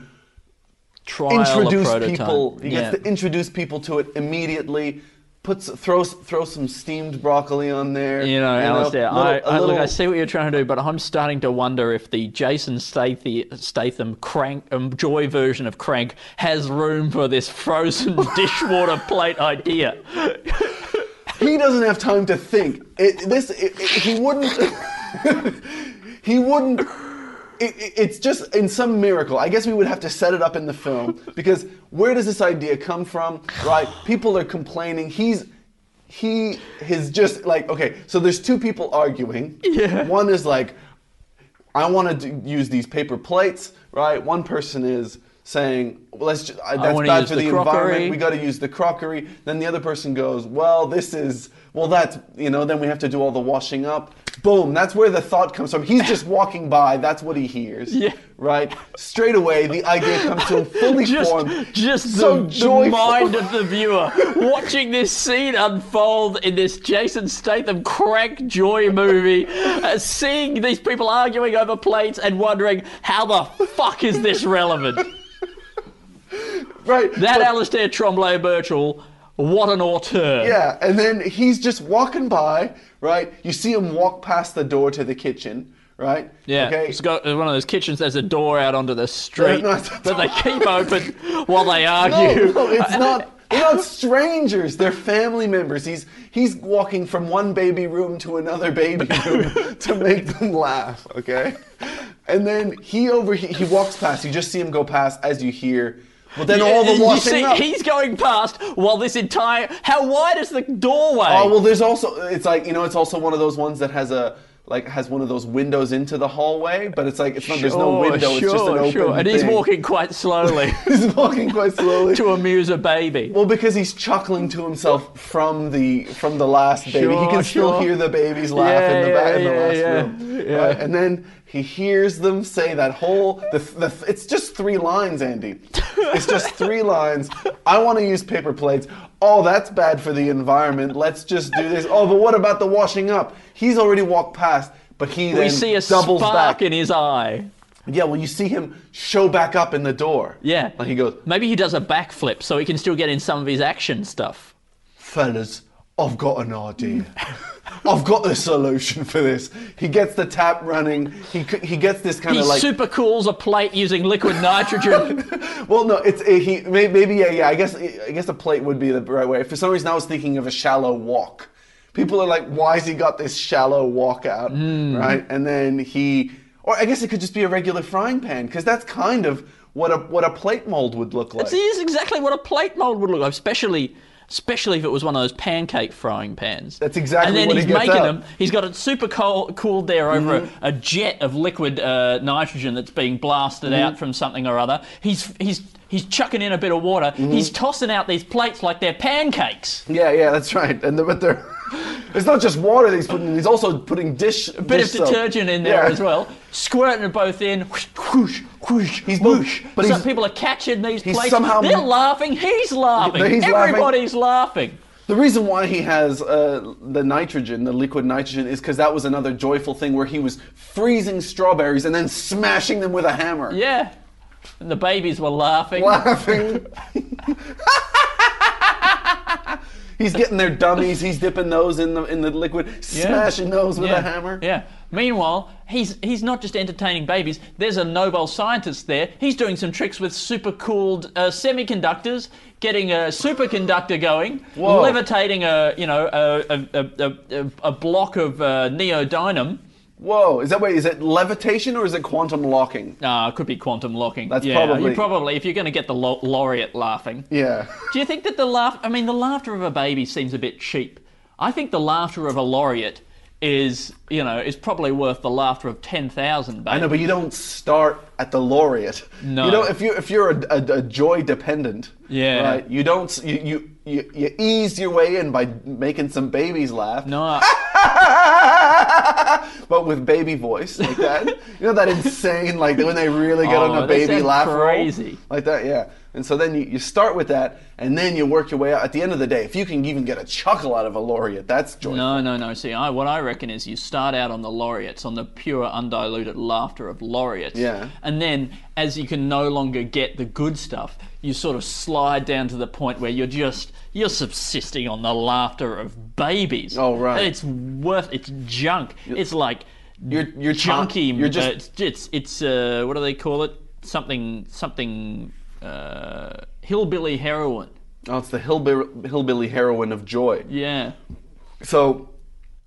[SPEAKER 4] trial a
[SPEAKER 3] introduce
[SPEAKER 4] prototype.
[SPEAKER 3] people. He
[SPEAKER 4] yeah.
[SPEAKER 3] gets to introduce people to it immediately. Puts throws throw some steamed broccoli on there.
[SPEAKER 4] You know, Alistair,
[SPEAKER 3] little-
[SPEAKER 4] I,
[SPEAKER 3] a
[SPEAKER 4] I, look, I
[SPEAKER 3] little-
[SPEAKER 4] see what you're trying to do, but I'm starting to wonder if the Jason Statham, Statham crank um, joy version of Crank has room for this frozen dishwater plate idea.
[SPEAKER 3] he doesn't have time to think. It, this it, it- he wouldn't. he wouldn't. It, it- it's just in some miracle. I guess we would have to set it up in the film because where does this idea come from? Right? People are complaining. He's he is just like okay. So there's two people arguing. Yeah. One is like, I want to use these paper plates, right? One person is saying, well, "Let's just, uh, that's
[SPEAKER 4] wanna
[SPEAKER 3] bad
[SPEAKER 4] use
[SPEAKER 3] for
[SPEAKER 4] the
[SPEAKER 3] the, environment.
[SPEAKER 4] crockery.
[SPEAKER 3] We got to use the crockery." Then the other person goes, "Well, this is well, that's you know." Then we have to do all the washing up. Boom. That's where the thought comes from. He's just walking by. That's what he hears.
[SPEAKER 4] Yeah.
[SPEAKER 3] Right. Straight away, the idea comes to him fully
[SPEAKER 4] just,
[SPEAKER 3] formed.
[SPEAKER 4] just
[SPEAKER 3] so
[SPEAKER 4] the, the
[SPEAKER 3] joyful.
[SPEAKER 4] mind of the viewer watching this scene unfold in this Jason Statham crack joy movie, uh, seeing these people arguing over plates and wondering how the fuck is this relevant?
[SPEAKER 3] Right.
[SPEAKER 4] That
[SPEAKER 3] but-
[SPEAKER 4] Alistair Tremblay Birchall, what an auteur!
[SPEAKER 3] Yeah, and then he's just walking by, right? You see him walk past the door to the kitchen, right?
[SPEAKER 4] Yeah,
[SPEAKER 3] Okay.
[SPEAKER 4] it's got one of those kitchens. There's a door out onto the street
[SPEAKER 3] no, it's a
[SPEAKER 4] that they keep open while they
[SPEAKER 3] no,
[SPEAKER 4] argue. Uh,
[SPEAKER 3] no, it's not. They're not strangers. They're family members. He's he's walking from one baby room to another baby room to make them laugh. Okay, and then he over he, he walks past. You just see him go past as you hear. Well, then all the
[SPEAKER 4] You
[SPEAKER 3] washing
[SPEAKER 4] see,
[SPEAKER 3] up.
[SPEAKER 4] he's going past while this entire. How wide is the doorway?
[SPEAKER 3] Oh well, there's also it's like you know it's also one of those ones that has a like has one of those windows into the hallway, but it's like it's not there's no
[SPEAKER 4] Sure,
[SPEAKER 3] window, it's just an
[SPEAKER 4] sure,
[SPEAKER 3] open.
[SPEAKER 4] sure. And he's
[SPEAKER 3] thing.
[SPEAKER 4] walking quite slowly
[SPEAKER 3] he's walking quite slowly.
[SPEAKER 4] to amuse a baby.
[SPEAKER 3] well, because he's chuckling to himself from the from the last baby, he
[SPEAKER 4] Sure,
[SPEAKER 3] can still
[SPEAKER 4] sure.
[SPEAKER 3] hear the babies laugh in the
[SPEAKER 4] Yeah,
[SPEAKER 3] back in the
[SPEAKER 4] yeah,
[SPEAKER 3] last
[SPEAKER 4] yeah,
[SPEAKER 3] room, Right? and then he hears them say that whole the, the it's just three lines, Andy. It's just three lines. I want to use paper plates. Oh, that's bad for the environment. Let's just do this. Oh, but what about the washing up? He's already walked past, but he then
[SPEAKER 4] We see a
[SPEAKER 3] doubles
[SPEAKER 4] spark
[SPEAKER 3] back.
[SPEAKER 4] in his eye.
[SPEAKER 3] yeah, well, you see him show back up in the door.
[SPEAKER 4] Yeah.
[SPEAKER 3] like he goes,
[SPEAKER 4] Maybe he does a backflip so he can still get in some of his action stuff.
[SPEAKER 3] fellas, I've got an idea. I've got the solution for this. He gets the tap running. He c- he gets this kind
[SPEAKER 4] He
[SPEAKER 3] of like.
[SPEAKER 4] super cools a plate using liquid nitrogen.
[SPEAKER 3] well, no, it's eh, he may, maybe yeah yeah. I guess I guess a plate would be the right way. For some reason, I was thinking of a shallow walk. People are like, why's he got this shallow walk out, right? And then he, or I guess it could just be a regular frying pan because that's kind of what a what a plate mold would look like.
[SPEAKER 4] See, this is exactly what a plate mold would look like, especially especially if it was one of those pancake frying pans.
[SPEAKER 3] That's exactly
[SPEAKER 4] And then
[SPEAKER 3] what he
[SPEAKER 4] he's
[SPEAKER 3] gets
[SPEAKER 4] making
[SPEAKER 3] out. Mm-hmm.
[SPEAKER 4] them. He's got it super cold, cooled there over a, a jet of liquid uh, nitrogen that's being blasted
[SPEAKER 3] Mm-hmm.
[SPEAKER 4] out from something or other. He's he's he's chucking in a bit of water.
[SPEAKER 3] Mm-hmm.
[SPEAKER 4] He's tossing out these plates like they're pancakes.
[SPEAKER 3] Yeah, yeah, that's right. And the, but they're it's not just water that he's putting in; he's also putting dish a
[SPEAKER 4] Bit of detergent in there as well, squirting it both in. Whoosh, whoosh, whoosh,
[SPEAKER 3] He's both-
[SPEAKER 4] whoosh.
[SPEAKER 3] but
[SPEAKER 4] Some
[SPEAKER 3] he's-
[SPEAKER 4] people are catching these
[SPEAKER 3] he's
[SPEAKER 4] plates.
[SPEAKER 3] somehow-
[SPEAKER 4] They're laughing. He's laughing.
[SPEAKER 3] He's laughing.
[SPEAKER 4] Everybody's laughing.
[SPEAKER 3] The reason why he has uh, the nitrogen, the liquid nitrogen, is because that was another joyful thing where he was freezing strawberries and then smashing them with a hammer.
[SPEAKER 4] Yeah. And the babies were laughing.
[SPEAKER 3] Laughing. he's getting their dummies. He's dipping those in the in the liquid,
[SPEAKER 4] Yeah.
[SPEAKER 3] smashing those with
[SPEAKER 4] Yeah.
[SPEAKER 3] a hammer.
[SPEAKER 4] Yeah. Meanwhile, he's he's not just entertaining babies. There's a Nobel scientist there. He's doing some tricks with supercooled uh, semiconductors, getting a superconductor going,
[SPEAKER 3] Whoa.
[SPEAKER 4] levitating a you know a a, a, a, a block of uh, neodynam.
[SPEAKER 3] Whoa! Is that wait? Is it levitation or is it quantum locking?
[SPEAKER 4] Ah, it could be quantum locking.
[SPEAKER 3] That's
[SPEAKER 4] yeah,
[SPEAKER 3] probably-
[SPEAKER 4] you probably if you're going to get the lau- laureate laughing.
[SPEAKER 3] Yeah.
[SPEAKER 4] Do you think that the laugh? I mean, the laughter of a baby seems a bit cheap. I think the laughter of a laureate is, you know, is probably worth the laughter of ten thousand babies.
[SPEAKER 3] I know, but you don't start at the laureate.
[SPEAKER 4] No.
[SPEAKER 3] You know, if you if you're a, a, a joy dependent,
[SPEAKER 4] Yeah.
[SPEAKER 3] right? You don't s- you, you you you ease your way in by making some babies laugh.
[SPEAKER 4] No, I-
[SPEAKER 3] but with baby voice like that. you know that insane like when they really get
[SPEAKER 4] Oh,
[SPEAKER 3] on a
[SPEAKER 4] they
[SPEAKER 3] baby
[SPEAKER 4] sound
[SPEAKER 3] laugh roll?
[SPEAKER 4] crazy.
[SPEAKER 3] like that, yeah. And so then you, you start with that, and then you work your way out. At the end of the day, if you can even get a chuckle out of a laureate, that's joy.
[SPEAKER 4] no, no, no. See, I, what I reckon is you start out on the laureates, on the pure, undiluted laughter of laureates.
[SPEAKER 3] Yeah.
[SPEAKER 4] And then, as you can no longer get the good stuff, you sort of slide down to the point where you're just you're subsisting on the laughter of babies.
[SPEAKER 3] Oh, right.
[SPEAKER 4] It's worth. It's junk. It's like
[SPEAKER 3] You're you're ch-
[SPEAKER 4] chunky.
[SPEAKER 3] You're
[SPEAKER 4] uh,
[SPEAKER 3] just
[SPEAKER 4] it's it's, it's uh, what do they call it? Something something uh, hillbilly heroin.
[SPEAKER 3] oh, it's the hillbilly hillbilly heroine of joy.
[SPEAKER 4] Yeah.
[SPEAKER 3] So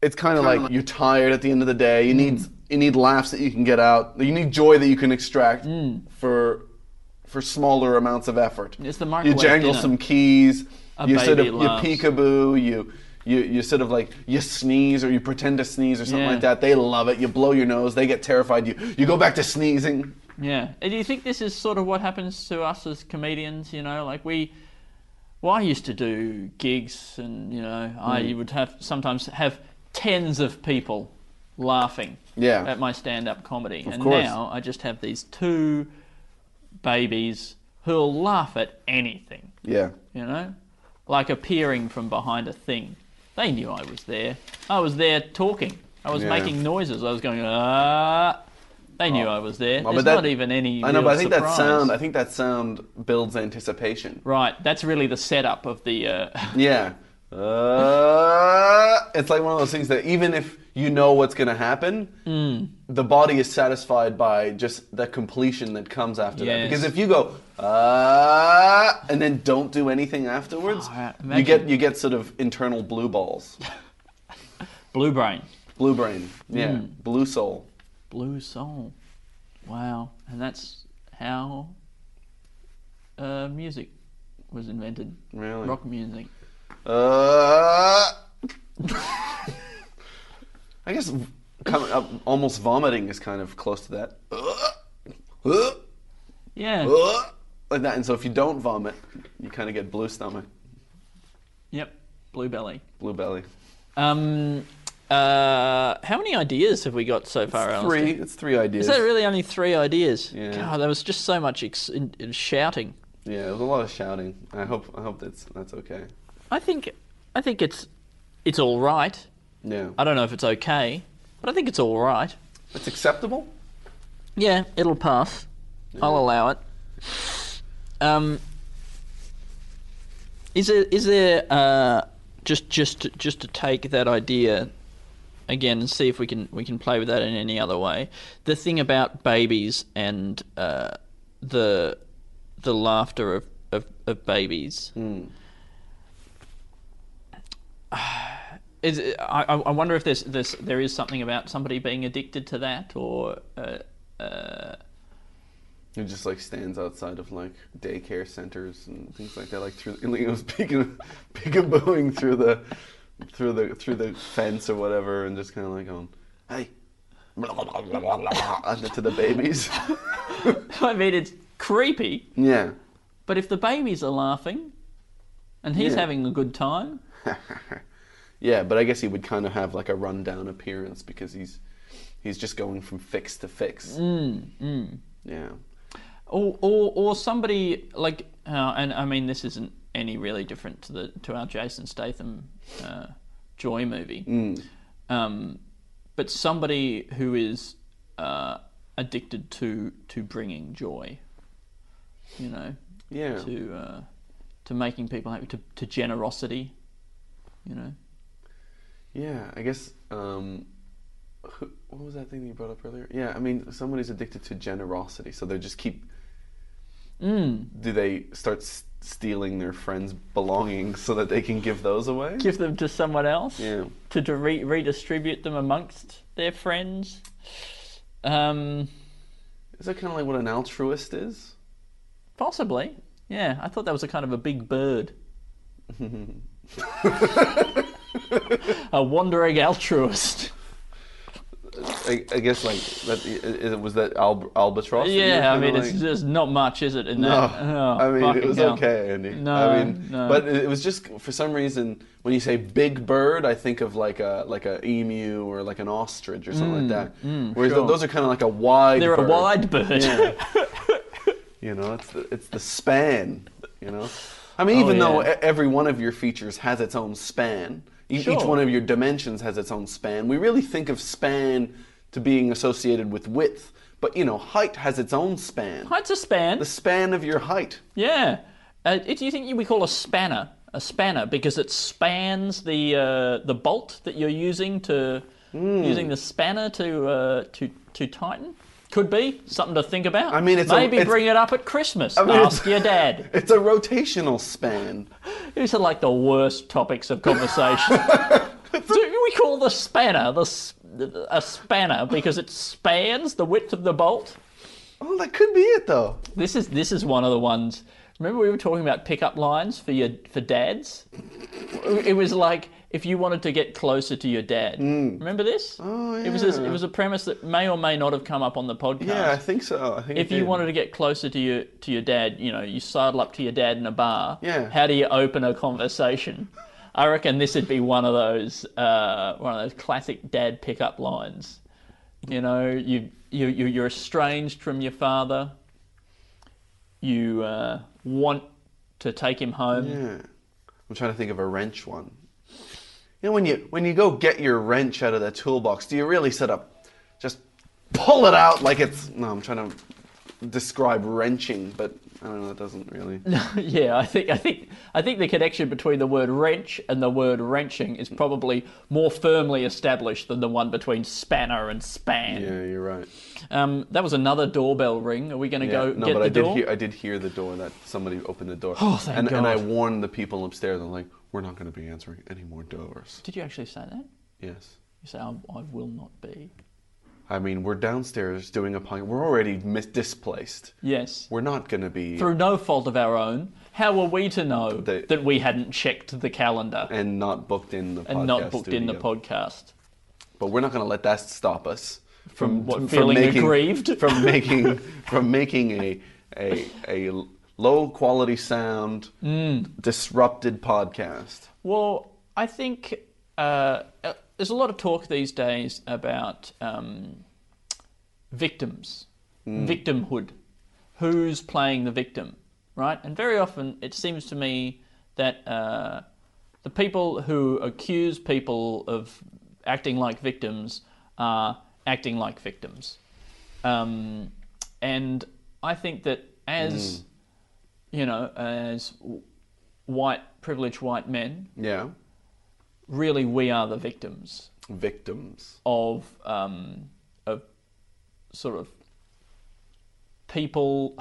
[SPEAKER 3] it's kind of like you're tired at the end of the day. You need
[SPEAKER 4] Mm.
[SPEAKER 3] you need laughs that you can get out. You need joy that you can extract for for smaller amounts of effort.
[SPEAKER 4] Mm. It's the
[SPEAKER 3] You
[SPEAKER 4] microwave
[SPEAKER 3] jangle
[SPEAKER 4] dinner.
[SPEAKER 3] some keys.
[SPEAKER 4] A
[SPEAKER 3] you sort of
[SPEAKER 4] baby
[SPEAKER 3] you
[SPEAKER 4] laughs.
[SPEAKER 3] peekaboo. You you you sort of like you sneeze or you pretend to sneeze or something
[SPEAKER 4] Yeah.
[SPEAKER 3] like that. They love it. You blow your nose. They get terrified. You you go back to sneezing.
[SPEAKER 4] Yeah. And do you think this is sort of what happens to us as comedians? You know, like we. Well, I used to do gigs, and you know, I
[SPEAKER 3] Mm.
[SPEAKER 4] would have sometimes have tens of people laughing
[SPEAKER 3] Yeah.
[SPEAKER 4] at my stand-up comedy, and
[SPEAKER 3] course.
[SPEAKER 4] now I just have these two babies who'll laugh at anything.
[SPEAKER 3] Yeah.
[SPEAKER 4] You know, like appearing from behind a thing. They knew I was there. I was there talking. I was
[SPEAKER 3] Yeah.
[SPEAKER 4] making noises. I was going ah. They knew I was there.
[SPEAKER 3] Oh,
[SPEAKER 4] There's
[SPEAKER 3] that-
[SPEAKER 4] not even any.
[SPEAKER 3] I know,
[SPEAKER 4] real
[SPEAKER 3] but I think
[SPEAKER 4] surprise.
[SPEAKER 3] that sound. I think that sound builds anticipation.
[SPEAKER 4] Right, that's really the setup of the. Uh,
[SPEAKER 3] Yeah. Uh, it's like one of those things that even if you know what's going to happen,
[SPEAKER 4] Hmm.
[SPEAKER 3] the body is satisfied by just the completion that comes after that.
[SPEAKER 4] Yes.
[SPEAKER 3] Because if you go uh, and then don't do anything afterwards,
[SPEAKER 4] Oh, yeah.
[SPEAKER 3] you
[SPEAKER 4] Imagine-
[SPEAKER 3] get you get sort of internal blue balls,
[SPEAKER 4] blue brain,
[SPEAKER 3] blue brain, yeah,
[SPEAKER 4] Hmm.
[SPEAKER 3] blue soul.
[SPEAKER 4] blue soul. Wow, and that's how uh, music was invented.
[SPEAKER 3] Really?
[SPEAKER 4] rock music.
[SPEAKER 3] Uh, I guess coming up, almost vomiting is kind of close to that. Uh, uh,
[SPEAKER 4] Yeah.
[SPEAKER 3] uh, like that. And so if you don't vomit, you kind of get blue stomach,
[SPEAKER 4] Yep. Blue belly.
[SPEAKER 3] blue belly.
[SPEAKER 4] Um, uh, how many ideas have we got so far? Alistair?
[SPEAKER 3] Three. It's three ideas.
[SPEAKER 4] Is that really only three ideas?
[SPEAKER 3] Yeah.
[SPEAKER 4] God, there was just so much ex- in, in shouting.
[SPEAKER 3] Yeah, there's a lot of shouting. I hope I hope that's that's okay.
[SPEAKER 4] I think, I think it's, it's all right.
[SPEAKER 3] Yeah.
[SPEAKER 4] I don't know if it's okay, but I think it's all right.
[SPEAKER 3] It's acceptable.
[SPEAKER 4] Yeah, it'll pass. I'll allow it. Um, is there is there uh, just just to, just to take that idea again and see if we can we can play with that in any other way? The thing about babies and uh, the the laughter of of, of babies. Is it- I, I I wonder if there's, there's there is something about somebody being addicted to that or uh,
[SPEAKER 3] It just like stands outside of like daycare centers and things like that. Like through it was peeking, peekabooing through the through the through the fence or whatever, and just kind of like going, "Hey." blah, blah, blah, blah, blah, and to the babies,
[SPEAKER 4] I mean, it's creepy,
[SPEAKER 3] yeah,
[SPEAKER 4] but if the babies are laughing and he's
[SPEAKER 3] Yeah.
[SPEAKER 4] having a good time,
[SPEAKER 3] yeah. But I guess he would kind of have like a rundown appearance because he's he's just going from fix to fix. Mm, Yeah,
[SPEAKER 4] or or, or somebody like, uh, and I mean, this isn't any really different to the to our Jason Statham uh, Joy movie,
[SPEAKER 3] Mm.
[SPEAKER 4] um, but somebody who is uh, addicted to to bringing joy, you know,
[SPEAKER 3] yeah.
[SPEAKER 4] to uh, to making people happy, to, to generosity, you know.
[SPEAKER 3] Yeah, I guess. Um, who, what was that thing that you brought up earlier? Yeah, I mean, somebody's addicted to generosity, so they just keep.
[SPEAKER 4] Mm.
[SPEAKER 3] Do they start s- stealing their friends' belongings so that they can give those away?
[SPEAKER 4] give them to someone else
[SPEAKER 3] Yeah.
[SPEAKER 4] to, to re- redistribute them amongst their friends. Um,
[SPEAKER 3] Is that kind of like what an altruist is?
[SPEAKER 4] possibly, yeah. I thought that was a kind of a big bird, a wandering altruist.
[SPEAKER 3] I, I guess like that. i- i- was that al- albatross? that you were
[SPEAKER 4] Yeah, I
[SPEAKER 3] kinda
[SPEAKER 4] mean,
[SPEAKER 3] like-
[SPEAKER 4] it's just not much, is it? In
[SPEAKER 3] No,
[SPEAKER 4] that, Oh,
[SPEAKER 3] I mean it
[SPEAKER 4] fucking
[SPEAKER 3] was
[SPEAKER 4] hell.
[SPEAKER 3] okay, Andy.
[SPEAKER 4] No,
[SPEAKER 3] I mean,
[SPEAKER 4] no.
[SPEAKER 3] but it it was just for some reason when you say big bird, I think of like a like a emu or like an ostrich or something like that. Whereas th- those are kind of like a wide.
[SPEAKER 4] Mm, They're a
[SPEAKER 3] bird,
[SPEAKER 4] wide bird.
[SPEAKER 3] You know, it's the, it's the span. You know, I mean,
[SPEAKER 4] Oh,
[SPEAKER 3] even though
[SPEAKER 4] yeah.
[SPEAKER 3] e- every one of your features has its own span, e- each
[SPEAKER 4] Sure.
[SPEAKER 3] one of your dimensions has its own span. We really think of span to being associated with width, but you know, height has its own span.
[SPEAKER 4] Height's a span.
[SPEAKER 3] The span of your height.
[SPEAKER 4] Yeah. Uh, it- do you think we call a spanner a spanner because it spans the uh, the bolt that you're using to
[SPEAKER 3] Hmm.
[SPEAKER 4] using the spanner to uh, to to tighten? Could be something to think about.
[SPEAKER 3] I mean, it's a-
[SPEAKER 4] maybe
[SPEAKER 3] it's-
[SPEAKER 4] bring it up at Christmas.
[SPEAKER 3] mean, it's-
[SPEAKER 4] Ask your dad.
[SPEAKER 3] It's a rotational span.
[SPEAKER 4] These are like the worst topics of conversation. Do we call the spanner the s- a spanner because it spans the width of the bolt?
[SPEAKER 3] Oh, that could be it though.
[SPEAKER 4] This is this is one of the ones. Remember we were talking about pickup lines for your for dads. It was like if you wanted to get closer to your dad. Remember this? Oh, yeah. It was this, it was a premise that may or may not have come up on the podcast.
[SPEAKER 3] Yeah, I think so. I think
[SPEAKER 4] if
[SPEAKER 3] it
[SPEAKER 4] you
[SPEAKER 3] did.
[SPEAKER 4] wanted to get closer to your to your dad, you know, you sidle up to your dad in a bar.
[SPEAKER 3] Yeah.
[SPEAKER 4] How do you open a conversation? I reckon this would be one of those uh, one of those classic dad pickup lines. You know, you you you- you're estranged from your father. You uh, want to take him home.
[SPEAKER 3] Yeah. I'm trying to think of a wrench one. You know, when you when you go get your wrench out of the toolbox, do you really set up? Just pull it out like it's. No, I'm trying to describe wrenching, but I don't know. That doesn't really.
[SPEAKER 4] Yeah, I think I think I think the connection between the word wrench and the word wrenching is probably more firmly established than the one between spanner and span.
[SPEAKER 3] Yeah, you're right.
[SPEAKER 4] Um, that was another doorbell ring. Are we going to
[SPEAKER 3] Yeah,
[SPEAKER 4] go
[SPEAKER 3] no,
[SPEAKER 4] get
[SPEAKER 3] but
[SPEAKER 4] the
[SPEAKER 3] I did
[SPEAKER 4] door?
[SPEAKER 3] hear I did hear the door that somebody opened the door. Oh,
[SPEAKER 4] thank
[SPEAKER 3] and, And I
[SPEAKER 4] God.
[SPEAKER 3] warned the people upstairs. I'm like, we're not going to be answering any more doors.
[SPEAKER 4] Did you actually say that?
[SPEAKER 3] Yes.
[SPEAKER 4] You say I, I will not be.
[SPEAKER 3] I mean, we're downstairs doing a podcast. We're already mis- displaced.
[SPEAKER 4] Yes.
[SPEAKER 3] We're not going to be
[SPEAKER 4] Through no fault of our own, how were we to know
[SPEAKER 3] They-
[SPEAKER 4] that we hadn't checked the calendar and,
[SPEAKER 3] and not booked in the podcast
[SPEAKER 4] not booked in the
[SPEAKER 3] studio.
[SPEAKER 4] podcast?
[SPEAKER 3] But we're not going to let that stop us
[SPEAKER 4] From what, feeling aggrieved?
[SPEAKER 3] from making from making a a a low quality sound
[SPEAKER 4] Mm.
[SPEAKER 3] disrupted podcast.
[SPEAKER 4] Well, I think uh, uh, there's a lot of talk these days about um, victims, victimhood, who's playing the victim, right? And very often it seems to me that uh, the people who accuse people of acting like victims are acting like victims. Um, and I think that as, you know, as w- white, privileged white men,
[SPEAKER 3] Yeah,
[SPEAKER 4] really we are the victims
[SPEAKER 3] victims.
[SPEAKER 4] of um, of sort of people.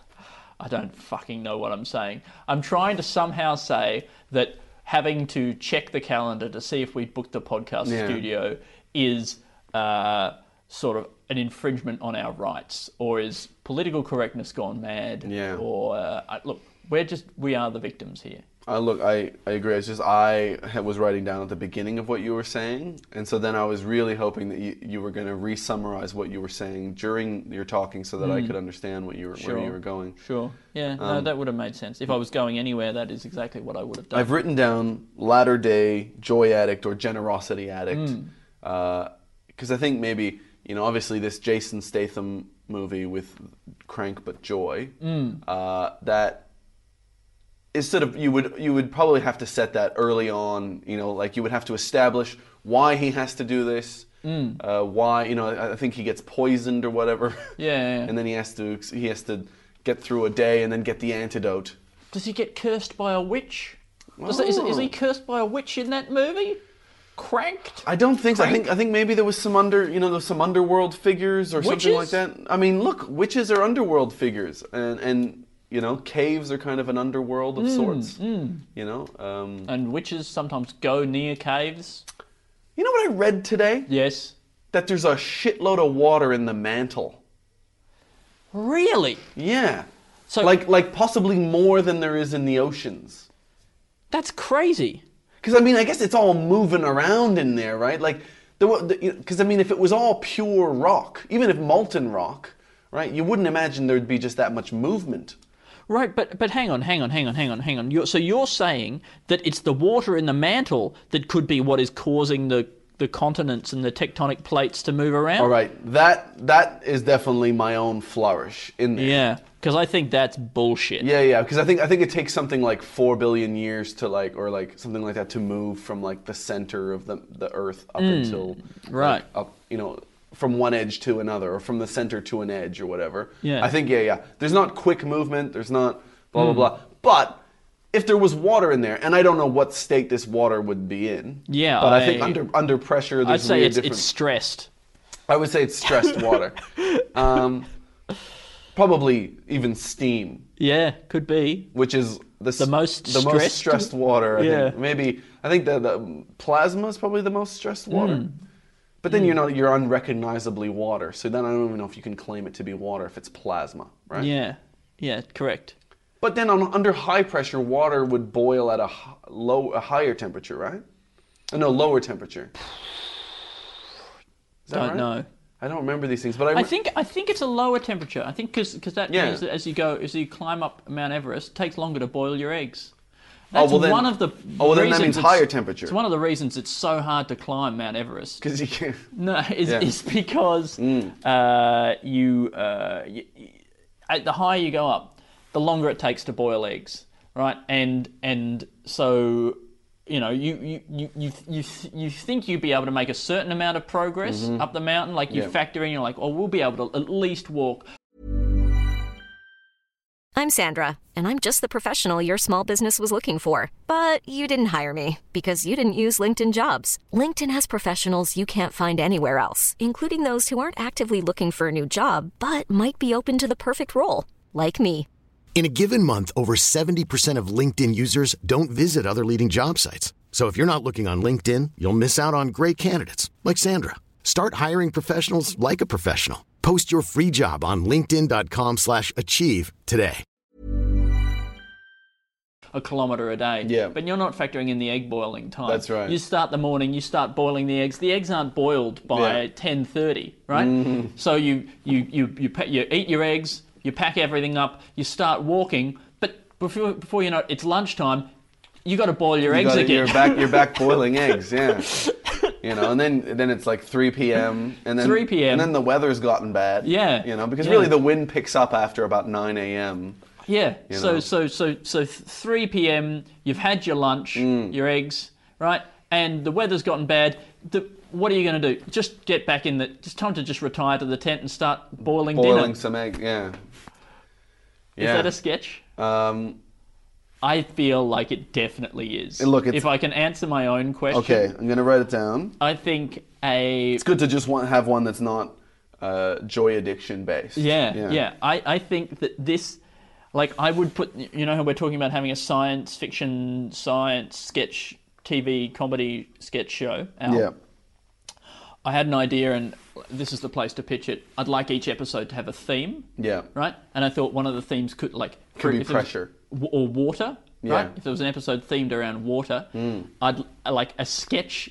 [SPEAKER 4] I don't fucking know what I'm saying. I'm trying to somehow say that having to check the calendar to see if we booked the podcast
[SPEAKER 3] Yeah.
[SPEAKER 4] studio is uh, sort of an infringement on our rights, or is political correctness gone mad?
[SPEAKER 3] Yeah.
[SPEAKER 4] Or uh, I- look, we're just we are the victims here.
[SPEAKER 3] I look, I, I agree. It's just I ha- was writing down at the beginning of what you were saying, and so then I was really hoping that you, you were going to re-summarize what you were saying during your talking, so that I could understand what you were where you were going. Um,
[SPEAKER 4] Sure. Yeah, no, that would have made sense. If I was going anywhere, that is exactly what I would have done.
[SPEAKER 3] I've written down latter day joy addict or generosity addict
[SPEAKER 4] Hmm.
[SPEAKER 3] because I think maybe you know obviously this Jason Statham movie with Crank but Joy
[SPEAKER 4] Hmm.
[SPEAKER 3] uh, that is sort of you would you would probably have to set that early on you know like you would have to establish why he has to do this
[SPEAKER 4] Hmm.
[SPEAKER 3] uh, why you know I, I think he gets poisoned or whatever
[SPEAKER 4] Yeah, yeah, yeah.
[SPEAKER 3] and then he has to he has to get through a day and then get the antidote.
[SPEAKER 4] Does he get cursed by a witch? Does- is, is
[SPEAKER 3] Oh.
[SPEAKER 4] he cursed by a witch in that movie? Cranked?
[SPEAKER 3] I don't think so. I think I think maybe there was some under you know there was some underworld figures or something like
[SPEAKER 4] Witches?
[SPEAKER 3] that. I mean, look, witches are underworld figures, and and you know caves are kind of an underworld of
[SPEAKER 4] Hmm,
[SPEAKER 3] sorts. You know, um,
[SPEAKER 4] And witches sometimes go near caves.
[SPEAKER 3] you know what I read today
[SPEAKER 4] Yes.
[SPEAKER 3] that there's a shitload of water in the mantle.
[SPEAKER 4] Really?
[SPEAKER 3] Yeah,
[SPEAKER 4] So-
[SPEAKER 3] like like possibly more than there is in the oceans.
[SPEAKER 4] That's crazy.
[SPEAKER 3] Because I mean, I guess it's all moving around in there, right? Like, because the, you know, 'cause I mean, if it was all pure rock, even if molten rock, right, you wouldn't imagine there'd be just that much movement.
[SPEAKER 4] Right, but but hang on, hang on, hang on, hang on, hang on. You're, so you're saying that it's the water in the mantle that could be what is causing the the continents and the tectonic plates to move around?
[SPEAKER 3] All right, that that is definitely my own flourish in there.
[SPEAKER 4] Yeah, because I think that's bullshit.
[SPEAKER 3] Yeah, yeah, because I think I think it takes something like four billion years to like, or like something like that, to move from like the center of the the Earth up until like,
[SPEAKER 4] Hmm, right.
[SPEAKER 3] up, you know, from one edge to another, or from the center to an edge, or whatever.
[SPEAKER 4] Yeah. Hmm.
[SPEAKER 3] I think yeah, yeah. There's not quick movement. There's not blah blah blah. But if there was water in there, and I don't know what state this water would be in.
[SPEAKER 4] Yeah,
[SPEAKER 3] but I, think
[SPEAKER 4] I-
[SPEAKER 3] under under pressure,
[SPEAKER 4] I'd
[SPEAKER 3] there's
[SPEAKER 4] say
[SPEAKER 3] weird
[SPEAKER 4] it's,
[SPEAKER 3] different-
[SPEAKER 4] it's stressed.
[SPEAKER 3] I would say it's stressed water. um, probably even steam,
[SPEAKER 4] Yeah, could be.
[SPEAKER 3] which is the, s-
[SPEAKER 4] The most
[SPEAKER 3] the most
[SPEAKER 4] stressed?
[SPEAKER 3] stressed water. I
[SPEAKER 4] Yeah.
[SPEAKER 3] think. Maybe I think the, the plasma is probably the most stressed water.
[SPEAKER 4] Hmm.
[SPEAKER 3] But then you're not you're unrecognizably water. So then I don't even know if you can claim it to be water if it's plasma, right?
[SPEAKER 4] Yeah, yeah, correct.
[SPEAKER 3] But then on, under high pressure, water would boil at a h- low a higher temperature, right? Oh, no, lower temperature. Is that
[SPEAKER 4] Don't
[SPEAKER 3] right?
[SPEAKER 4] know.
[SPEAKER 3] I don't remember these things, but I,
[SPEAKER 4] I
[SPEAKER 3] re-
[SPEAKER 4] think I think it's a lower temperature. I think because that
[SPEAKER 3] Yeah.
[SPEAKER 4] means that as you go as you climb up Mount Everest, it takes longer to boil your eggs. That's
[SPEAKER 3] well then-
[SPEAKER 4] one of the
[SPEAKER 3] oh, well then that
[SPEAKER 4] reasons
[SPEAKER 3] means
[SPEAKER 4] it's-
[SPEAKER 3] higher temperature.
[SPEAKER 4] It's one of the reasons it's so hard to climb Mount Everest.
[SPEAKER 3] because you can't.
[SPEAKER 4] No, is,
[SPEAKER 3] Yeah. Mm.
[SPEAKER 4] is because uh, you, uh, y y- at the higher you go up, the longer it takes to boil eggs, right? And and so you know you you you you you, you think you'd be able to make a certain amount of progress up the mountain, like you
[SPEAKER 3] Mm-hmm. Yeah.
[SPEAKER 4] factor in, you're like, oh, we'll be able to at least walk
[SPEAKER 5] I'm Sandra, and I'm just the professional your small business was looking for. But you didn't hire me because you didn't use LinkedIn jobs. LinkedIn has professionals you can't find anywhere else, including those who aren't actively looking for a new job but might be open to the perfect role, like me.
[SPEAKER 6] In a given month, over 70% of LinkedIn users don't visit other leading job sites. So if you're not looking on LinkedIn, you'll miss out on great candidates like Sandra. Start hiring professionals like a professional. Post your free job on linkedin.com/achieve slash achieve today.
[SPEAKER 4] a kilometre a day.
[SPEAKER 3] Yeah.
[SPEAKER 4] But you're not factoring in the egg boiling time.
[SPEAKER 3] That's right.
[SPEAKER 4] You start the morning, you start boiling the eggs. The eggs aren't boiled by
[SPEAKER 3] Yeah. Mm-hmm.
[SPEAKER 4] 10.30, right? So you, you, you, you, pa- you eat your eggs, you pack everything up, you start walking, but before, before you know it, it's lunchtime, you got to boil your
[SPEAKER 3] You
[SPEAKER 4] eggs
[SPEAKER 3] gotta-
[SPEAKER 4] again.
[SPEAKER 3] You're back. You're back boiling eggs. Yeah. You know, and then then it's like 3 p.m. and then
[SPEAKER 4] 3 p.m..
[SPEAKER 3] and then the weather's gotten bad.
[SPEAKER 4] Yeah,
[SPEAKER 3] You know, because
[SPEAKER 4] yeah.
[SPEAKER 3] really the wind picks up after about 9 a.m.
[SPEAKER 4] Yeah. So
[SPEAKER 3] know.
[SPEAKER 4] so so so th- 3 p.m. You've had your lunch,
[SPEAKER 3] Mm.
[SPEAKER 4] your eggs, right? And the weather's gotten bad. The, what are you going to do? Just get back in the. Just time to just retire to the tent and start boiling,
[SPEAKER 3] Boiling
[SPEAKER 4] dinner.
[SPEAKER 3] some egg. Yeah.
[SPEAKER 4] Is
[SPEAKER 3] Yeah.
[SPEAKER 4] that a sketch?
[SPEAKER 3] um,
[SPEAKER 4] I feel like it definitely is.
[SPEAKER 3] look, it's-
[SPEAKER 4] if I can answer my own question,
[SPEAKER 3] okay, I'm gonna write it down.
[SPEAKER 4] I think a
[SPEAKER 3] It's good to just want, have one that's not uh, joy addiction based.
[SPEAKER 4] Yeah, yeah. I, I think that this, like, I would put, you know, how we're talking about having a science fiction, science sketch, TV comedy sketch show out.
[SPEAKER 3] Yeah.
[SPEAKER 4] I had an idea, and this is the place to pitch it. I'd like each episode to have a theme.
[SPEAKER 3] Yeah.
[SPEAKER 4] Right? And I thought one of the themes could, like,
[SPEAKER 3] Could be
[SPEAKER 4] if there was-
[SPEAKER 3] pressure.
[SPEAKER 4] w- or water. Right?
[SPEAKER 3] Yeah. Mm.
[SPEAKER 4] If there was an episode themed around water, I'd like a sketch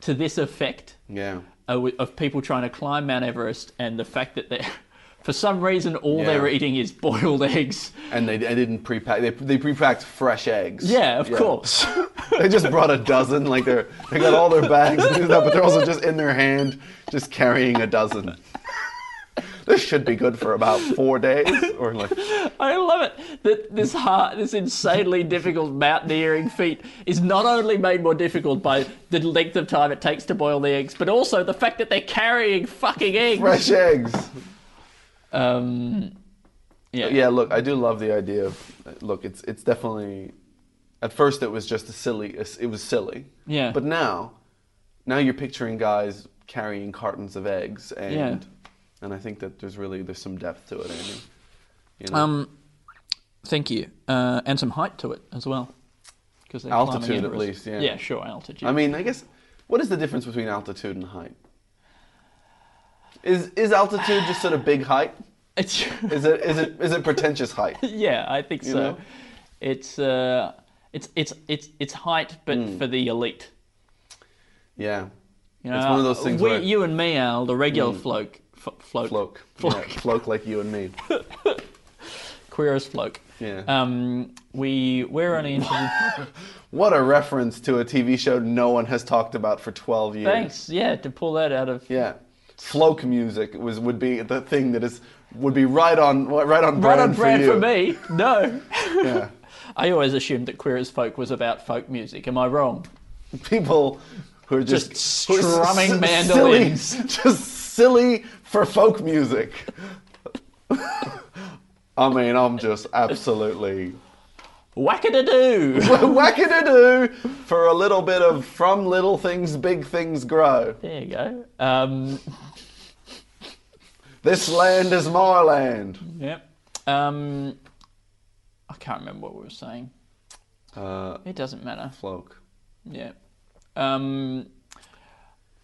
[SPEAKER 4] to this effect
[SPEAKER 3] Yeah.
[SPEAKER 4] uh, with- of people trying to climb Mount Everest and the fact that they, for some reason, all
[SPEAKER 3] Yeah.
[SPEAKER 4] they were eating is boiled eggs.
[SPEAKER 3] And they, they didn't pre-pack. They, they pre-packed fresh eggs.
[SPEAKER 4] Yeah, of course.
[SPEAKER 3] they just brought a dozen. Like they're they got all their bags and stuff, but they're also just in their hand, just carrying a dozen. this should be good for about four days, or like
[SPEAKER 4] I love it that this hard, this insanely difficult mountaineering feat is not only made more difficult by the length of time it takes to boil the eggs, but also the fact that they're carrying fucking eggs.
[SPEAKER 3] fresh eggs.
[SPEAKER 4] Um, yeah.
[SPEAKER 3] Yeah, look, I do love the idea of look. It's it's definitely. At first, it was just a silly. It was silly.
[SPEAKER 4] Yeah.
[SPEAKER 3] But now, now you're picturing guys carrying cartons of eggs, and
[SPEAKER 4] Yeah.
[SPEAKER 3] and I think that there's really there's some depth to it. Andy. You know?
[SPEAKER 4] Um, thank you, uh, and some height to it as well, because
[SPEAKER 3] Altitude, at least, yeah.
[SPEAKER 4] Yeah, sure, altitude.
[SPEAKER 3] I mean, I guess what is the difference between altitude and height? Is is altitude just sort of big height?
[SPEAKER 4] It's-
[SPEAKER 3] Is it is it is it pretentious height?
[SPEAKER 4] yeah, I think so.
[SPEAKER 3] know?
[SPEAKER 4] It's uh, it's it's it's it's height, but
[SPEAKER 3] Hmm.
[SPEAKER 4] for the elite.
[SPEAKER 3] Yeah.
[SPEAKER 4] You know,
[SPEAKER 3] it's one of those things
[SPEAKER 4] We,
[SPEAKER 3] where Hmm.
[SPEAKER 4] you and me, Al, the regular folk, f- floke,
[SPEAKER 3] floke,
[SPEAKER 4] floke,
[SPEAKER 3] Yeah, floke like you and me.
[SPEAKER 4] queer as floke.
[SPEAKER 3] Yeah.
[SPEAKER 4] Um, we we're only interested.
[SPEAKER 3] What a reference to a TV show no one has talked about for 12 years.
[SPEAKER 4] Thanks. Yeah, to pull that out of
[SPEAKER 3] Yeah. Floke music was would be the thing that is would be right on right on brand
[SPEAKER 4] right on brand
[SPEAKER 3] for,
[SPEAKER 4] for,
[SPEAKER 3] you.
[SPEAKER 4] me. No.
[SPEAKER 3] Yeah.
[SPEAKER 4] I always assumed that queer as folk was about folk music. Am I wrong?
[SPEAKER 3] people who are just,
[SPEAKER 4] Just
[SPEAKER 3] who are s-
[SPEAKER 4] strumming
[SPEAKER 3] s-
[SPEAKER 4] mandolins.
[SPEAKER 3] silly, just silly for folk music. I mean, I'm just absolutely
[SPEAKER 4] Whack-a-doo.
[SPEAKER 3] wackadoo for a little bit of from little things, big things grow.
[SPEAKER 4] there you go. Um,
[SPEAKER 3] This land is my land.
[SPEAKER 4] Yep. Um, I can't remember what we were saying.
[SPEAKER 3] Uh,
[SPEAKER 4] It doesn't matter.
[SPEAKER 3] folk.
[SPEAKER 4] Yeah. Um,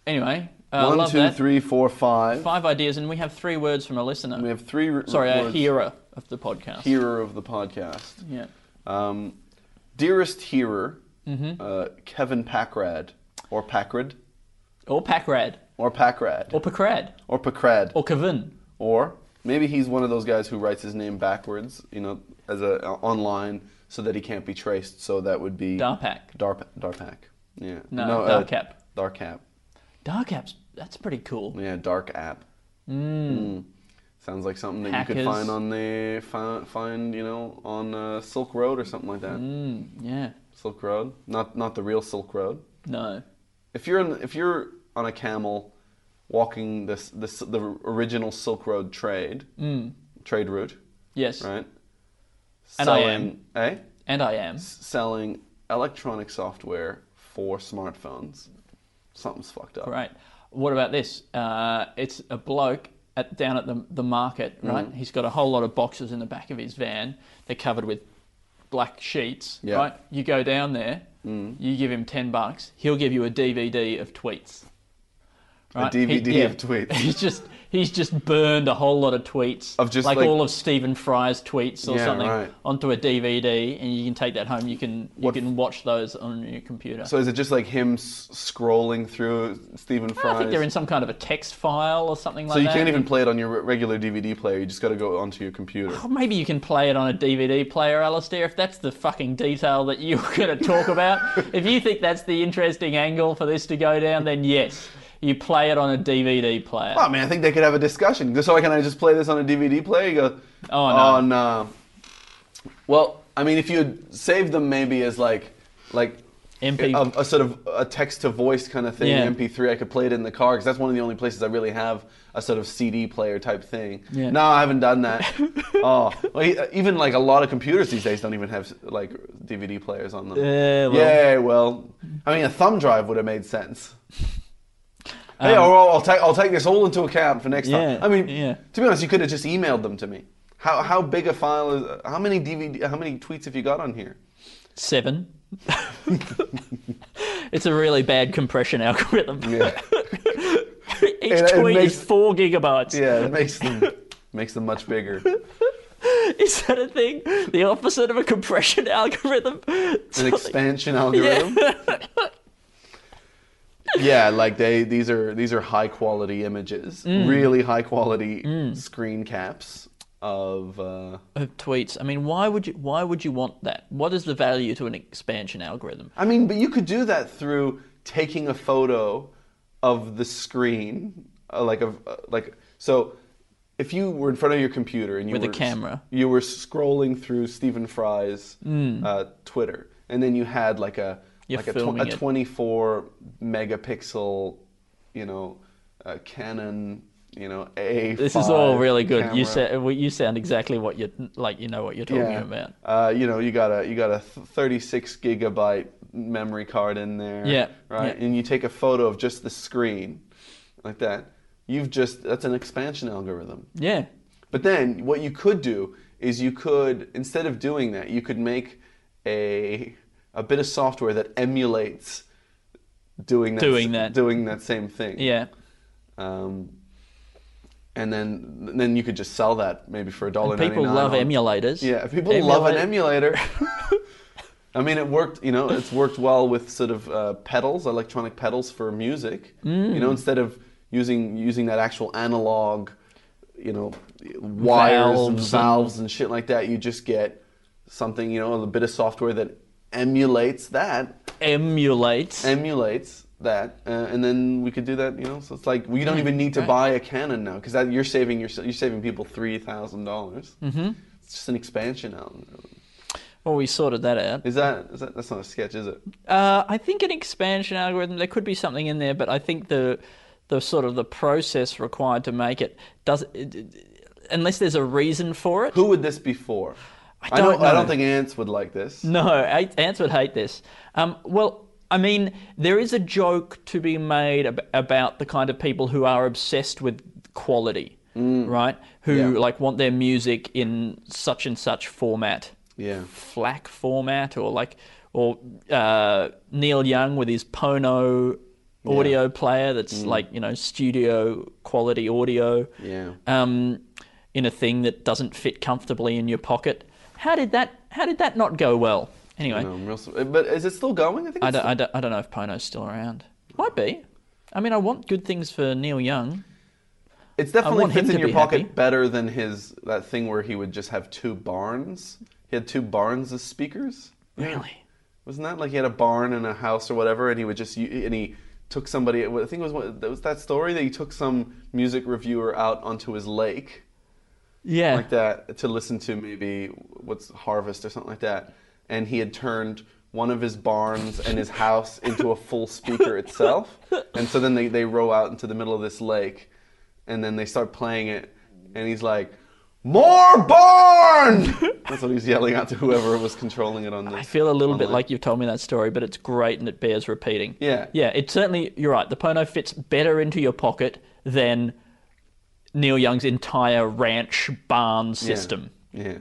[SPEAKER 4] anyway, I
[SPEAKER 3] One,
[SPEAKER 4] love
[SPEAKER 3] two,
[SPEAKER 4] that.
[SPEAKER 3] three, four, five.
[SPEAKER 4] Five ideas, and we have three words from a listener.
[SPEAKER 3] We have three. r-
[SPEAKER 4] Sorry, a
[SPEAKER 3] words.
[SPEAKER 4] hearer of the podcast.
[SPEAKER 3] Hearer of the podcast.
[SPEAKER 4] Yeah. Mm-hmm.
[SPEAKER 3] Um, dearest hearer, uh, Kevin Packrad. or Packard,
[SPEAKER 4] or Packrad,
[SPEAKER 3] or Packrad,
[SPEAKER 4] or Packrad,
[SPEAKER 3] or Packrad,
[SPEAKER 4] or Kevin.
[SPEAKER 3] Or maybe he's one of those guys who writes his name backwards, you know, as a uh, online so that he can't be traced. So that would be
[SPEAKER 4] Darpak.
[SPEAKER 3] Darp, Darpak. Yeah.
[SPEAKER 4] No,
[SPEAKER 3] uh,
[SPEAKER 4] Darkap.
[SPEAKER 3] Darkap.
[SPEAKER 4] Dark apps. That's pretty cool.
[SPEAKER 3] Yeah, dark app. Mm. Sounds like something that you
[SPEAKER 4] Hackers.
[SPEAKER 3] could find on the find, find you know on uh, Silk Road or something like that.
[SPEAKER 4] Mm. Yeah.
[SPEAKER 3] Silk Road, not not the real Silk Road.
[SPEAKER 4] No.
[SPEAKER 3] If you're in, if you're on a camel walking this this the original Silk Road trade
[SPEAKER 4] Mm.
[SPEAKER 3] trade route,
[SPEAKER 4] Yes.
[SPEAKER 3] right?
[SPEAKER 4] And I
[SPEAKER 3] eh?
[SPEAKER 4] And I am.
[SPEAKER 3] Selling electronic software for smartphones. Something's fucked up.
[SPEAKER 4] Right. What about this? Uh, it's a bloke at, down at the, the market,
[SPEAKER 3] Mm.
[SPEAKER 4] right? He's got a whole lot of boxes in the back of his van. They're covered with black sheets,
[SPEAKER 3] Yeah. Mm.
[SPEAKER 4] right? You go down there, you give him 10 bucks, he'll give you a DVD of tweets. Right? He-
[SPEAKER 3] DVD of tweets.
[SPEAKER 4] He's just he's just burned a whole lot of tweets
[SPEAKER 3] Of just,
[SPEAKER 4] like,
[SPEAKER 3] like-
[SPEAKER 4] all of Stephen Fry's tweets or
[SPEAKER 3] Yeah,
[SPEAKER 4] something
[SPEAKER 3] right.
[SPEAKER 4] onto a DVD, and you can take that home. You can you can watch those on your computer.
[SPEAKER 3] So is it just like him s- scrolling through Stephen Fry?
[SPEAKER 4] I think they're in some kind of a text file or something like
[SPEAKER 3] So you
[SPEAKER 4] that.
[SPEAKER 3] can't even play it on your re- regular DVD player. You just got to go onto your computer.
[SPEAKER 4] Or maybe you can play it on a DVD player, Alistair, if that's the fucking detail that you're going to talk about. if you think that's the interesting angle for this to go down, then yes, you play it on a DVD player.
[SPEAKER 3] Oh man, I think they could have a discussion. Just so I can I just play this on a DVD player? You go,
[SPEAKER 4] Oh, no.
[SPEAKER 3] oh no. Well, I mean, if you had saved them maybe as like, like
[SPEAKER 4] MP.
[SPEAKER 3] Um, a, a sort of a text to voice kind of thing,
[SPEAKER 4] Yeah.
[SPEAKER 3] MP3, I could play it in the car because that's one of the only places I really have a sort of CD player type thing.
[SPEAKER 4] Yeah.
[SPEAKER 3] No, I haven't done that. oh, well, e- even like a lot of computers these days don't even have like DVD players on them.
[SPEAKER 4] Yeah, well.
[SPEAKER 3] Yeah, well, I mean, a thumb drive would have made sense. Hey, I'll, I'll, take, I'll take this all into account for next
[SPEAKER 4] Um, Yeah,
[SPEAKER 3] time. I mean,
[SPEAKER 4] yeah.
[SPEAKER 3] to be honest, you could have just emailed them to me. How, how big a file is? How many DVD? How many tweets have you got on here?
[SPEAKER 4] Seven. it's a really bad compression algorithm.
[SPEAKER 3] Yeah,
[SPEAKER 4] Each
[SPEAKER 3] It- it
[SPEAKER 4] tweet
[SPEAKER 3] makes-
[SPEAKER 4] is four gigabytes.
[SPEAKER 3] yeah, it makes them makes them much bigger.
[SPEAKER 4] Is that a thing? The opposite of a compression algorithm?
[SPEAKER 3] An expansion algorithm. Yeah, like they these are these are high quality images, really high quality screen caps of. Uh,
[SPEAKER 4] of tweets. I mean, why would you? Why would you want that? What is the value to an expansion algorithm?
[SPEAKER 3] I mean, but you could do that through taking a photo of the screen, uh, like of uh, like so. If you were in front of your computer and you
[SPEAKER 4] With a
[SPEAKER 3] were,
[SPEAKER 4] camera.
[SPEAKER 3] you were scrolling through Stephen Fry's uh, Twitter, and then you had like a
[SPEAKER 4] Mm. You're
[SPEAKER 3] like a,
[SPEAKER 4] filming
[SPEAKER 3] a
[SPEAKER 4] it.
[SPEAKER 3] 24 megapixel, you know, uh, Canon, you know, A.
[SPEAKER 4] This is all really good. You said well, you sound exactly what you like. You know what you're talking about.
[SPEAKER 3] Uh, you know, you got a you got a th- 36 gigabyte memory card in there.
[SPEAKER 4] Yeah,
[SPEAKER 3] Right.
[SPEAKER 4] yeah.
[SPEAKER 3] And you take a photo of just the screen, like that. You've just that's an expansion algorithm.
[SPEAKER 4] Yeah.
[SPEAKER 3] But then what you could do is you could instead of doing that, you could make a a bit of software that emulates doing that
[SPEAKER 4] Doing that.
[SPEAKER 3] doing that same thing.
[SPEAKER 4] Yeah.
[SPEAKER 3] Um, and then then you could just sell that maybe for a dollar.
[SPEAKER 4] People love emulators.
[SPEAKER 3] Yeah, people love an
[SPEAKER 4] Emulate-
[SPEAKER 3] emulator. I mean, it worked. You know, it's worked well with sort of uh, pedals, electronic pedals for music. You know, instead of using using that actual analog, you know, wires and
[SPEAKER 4] Valves and-
[SPEAKER 3] valves and shit like that, you just get something. You know, a bit of software that emulates that
[SPEAKER 4] Emulates.
[SPEAKER 3] emulates that, uh, and then we could do that. You know, so it's like we don't even need to buy a Canon now because you're saving your, you're saving people three dollars. Mm-hmm. It's just an expansion algorithm.
[SPEAKER 4] well, we sorted that out.
[SPEAKER 3] Is that is that that's not a sketch, is it?
[SPEAKER 4] Uh, I think an expansion algorithm. There could be something in there, but I think the the sort of the process required to make it does. It, it- unless there's a reason for it.
[SPEAKER 3] Who would this be for? I
[SPEAKER 4] don't
[SPEAKER 3] I don't
[SPEAKER 4] know.
[SPEAKER 3] think Ants would like this.
[SPEAKER 4] No, I- ants would hate this. Um, well, I mean, there is a joke to be made ab- about the kind of people who are obsessed with quality, right? Who like want their music in such and such format,
[SPEAKER 3] Yeah.
[SPEAKER 4] FLAC format, or like, or uh, Neil Young with his Pono audio player that's like you know studio quality audio
[SPEAKER 3] Yeah.
[SPEAKER 4] um, in a thing that doesn't fit comfortably in your pocket. How did that? How did that not go well? Anyway,
[SPEAKER 3] No, I'm real, s- but is it still going? I think.
[SPEAKER 4] I,
[SPEAKER 3] it's
[SPEAKER 4] don't, I, don't, I don't know if Pono's still around. Might be. I mean, I want good things for Neil Young.
[SPEAKER 3] It's definitely
[SPEAKER 4] want him
[SPEAKER 3] fits in
[SPEAKER 4] to
[SPEAKER 3] your
[SPEAKER 4] be
[SPEAKER 3] pocket
[SPEAKER 4] happy.
[SPEAKER 3] better than his that thing where he would just have two barns. He had two barns as speakers.
[SPEAKER 4] Really?
[SPEAKER 3] Wasn't that like he had a barn and a house or whatever, and he would just u- and he took somebody. I think it was one- that was that story that he took some music reviewer out onto his lake
[SPEAKER 4] Yeah.
[SPEAKER 3] like that to listen to maybe what's harvest or something like that, and he had turned one of his barns and his house into a full speaker itself, and so then they they row out into the middle of this lake, and then they start playing it, and he's like. More barn! That's what he's yelling out to whoever was controlling it on the.
[SPEAKER 4] I feel a little bit like you've told me that story, but it's great and it bears repeating.
[SPEAKER 3] Yeah.
[SPEAKER 4] Yeah, it certainly, you're right. The Pono fits better into your pocket than Neil Young's entire ranch barn system.
[SPEAKER 3] Yeah.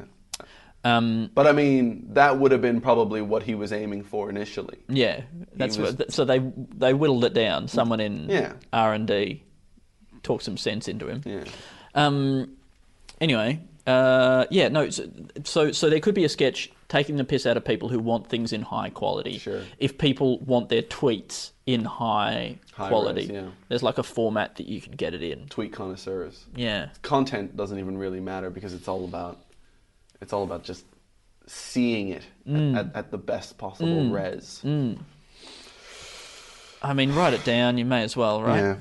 [SPEAKER 4] Um,
[SPEAKER 3] But I mean, that would have been probably what he was aiming for initially.
[SPEAKER 4] yeah. That's
[SPEAKER 3] was-
[SPEAKER 4] what, so they they whittled it down. Someone in
[SPEAKER 3] Yeah.
[SPEAKER 4] R&D talked some sense into him.
[SPEAKER 3] Yeah.
[SPEAKER 4] Um, anyway, uh, yeah, no. So, so, so there could be a sketch taking the piss out of people who want things in high quality.
[SPEAKER 3] Sure.
[SPEAKER 4] If people want their tweets in high,
[SPEAKER 3] High
[SPEAKER 4] quality,
[SPEAKER 3] res, yeah.
[SPEAKER 4] there's like a format that you can get it in.
[SPEAKER 3] Tweet connoisseurs.
[SPEAKER 4] Yeah.
[SPEAKER 3] Content doesn't even really matter because it's all about it's all about just seeing it
[SPEAKER 4] Mm.
[SPEAKER 3] at, at, at the best possible res.
[SPEAKER 4] I mean, write it down. You may as well, right?
[SPEAKER 3] Yeah.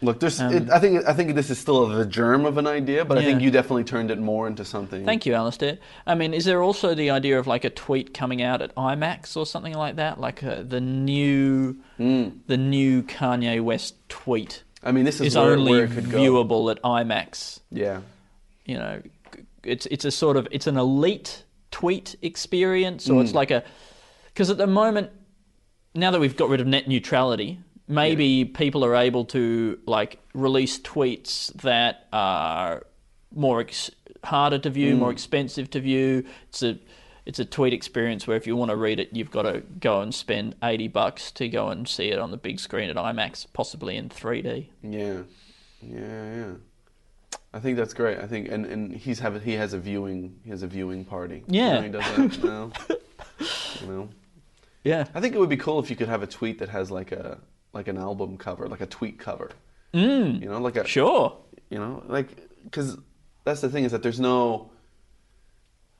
[SPEAKER 3] Look, there's. it, I think. I think this is still the germ of an idea, but I think
[SPEAKER 4] Um, Yeah.
[SPEAKER 3] you definitely turned it more into something.
[SPEAKER 4] Thank you, Alistair. I mean, is there also the idea of like a tweet coming out at IMAX or something like that, like uh, the new, the new Kanye West tweet
[SPEAKER 3] I mean, Hmm. this is
[SPEAKER 4] is
[SPEAKER 3] where,
[SPEAKER 4] only
[SPEAKER 3] where it could go.
[SPEAKER 4] viewable at IMAX?
[SPEAKER 3] Yeah.
[SPEAKER 4] you know it's it's a sort of it's an elite tweet experience or it's like a because at the moment now that we've got rid of net neutrality maybe people are able to like release tweets that are more ex- harder to view more expensive to view it's a it's a tweet experience where if you want to read it you've got to go and spend 80 bucks to go and see it on the big screen at IMAX possibly in 3D
[SPEAKER 3] Yeah, yeah, yeah. I think that's great. I think, and, and he's have he has a viewing he has a viewing party. You know
[SPEAKER 4] Yeah.
[SPEAKER 3] he does that now. you know,
[SPEAKER 4] yeah
[SPEAKER 3] I think it would be cool if you could have a tweet that has like a like an album cover, like a tweet cover. Mm. You know, like a
[SPEAKER 4] sure
[SPEAKER 3] you know like because that's the thing is that there's no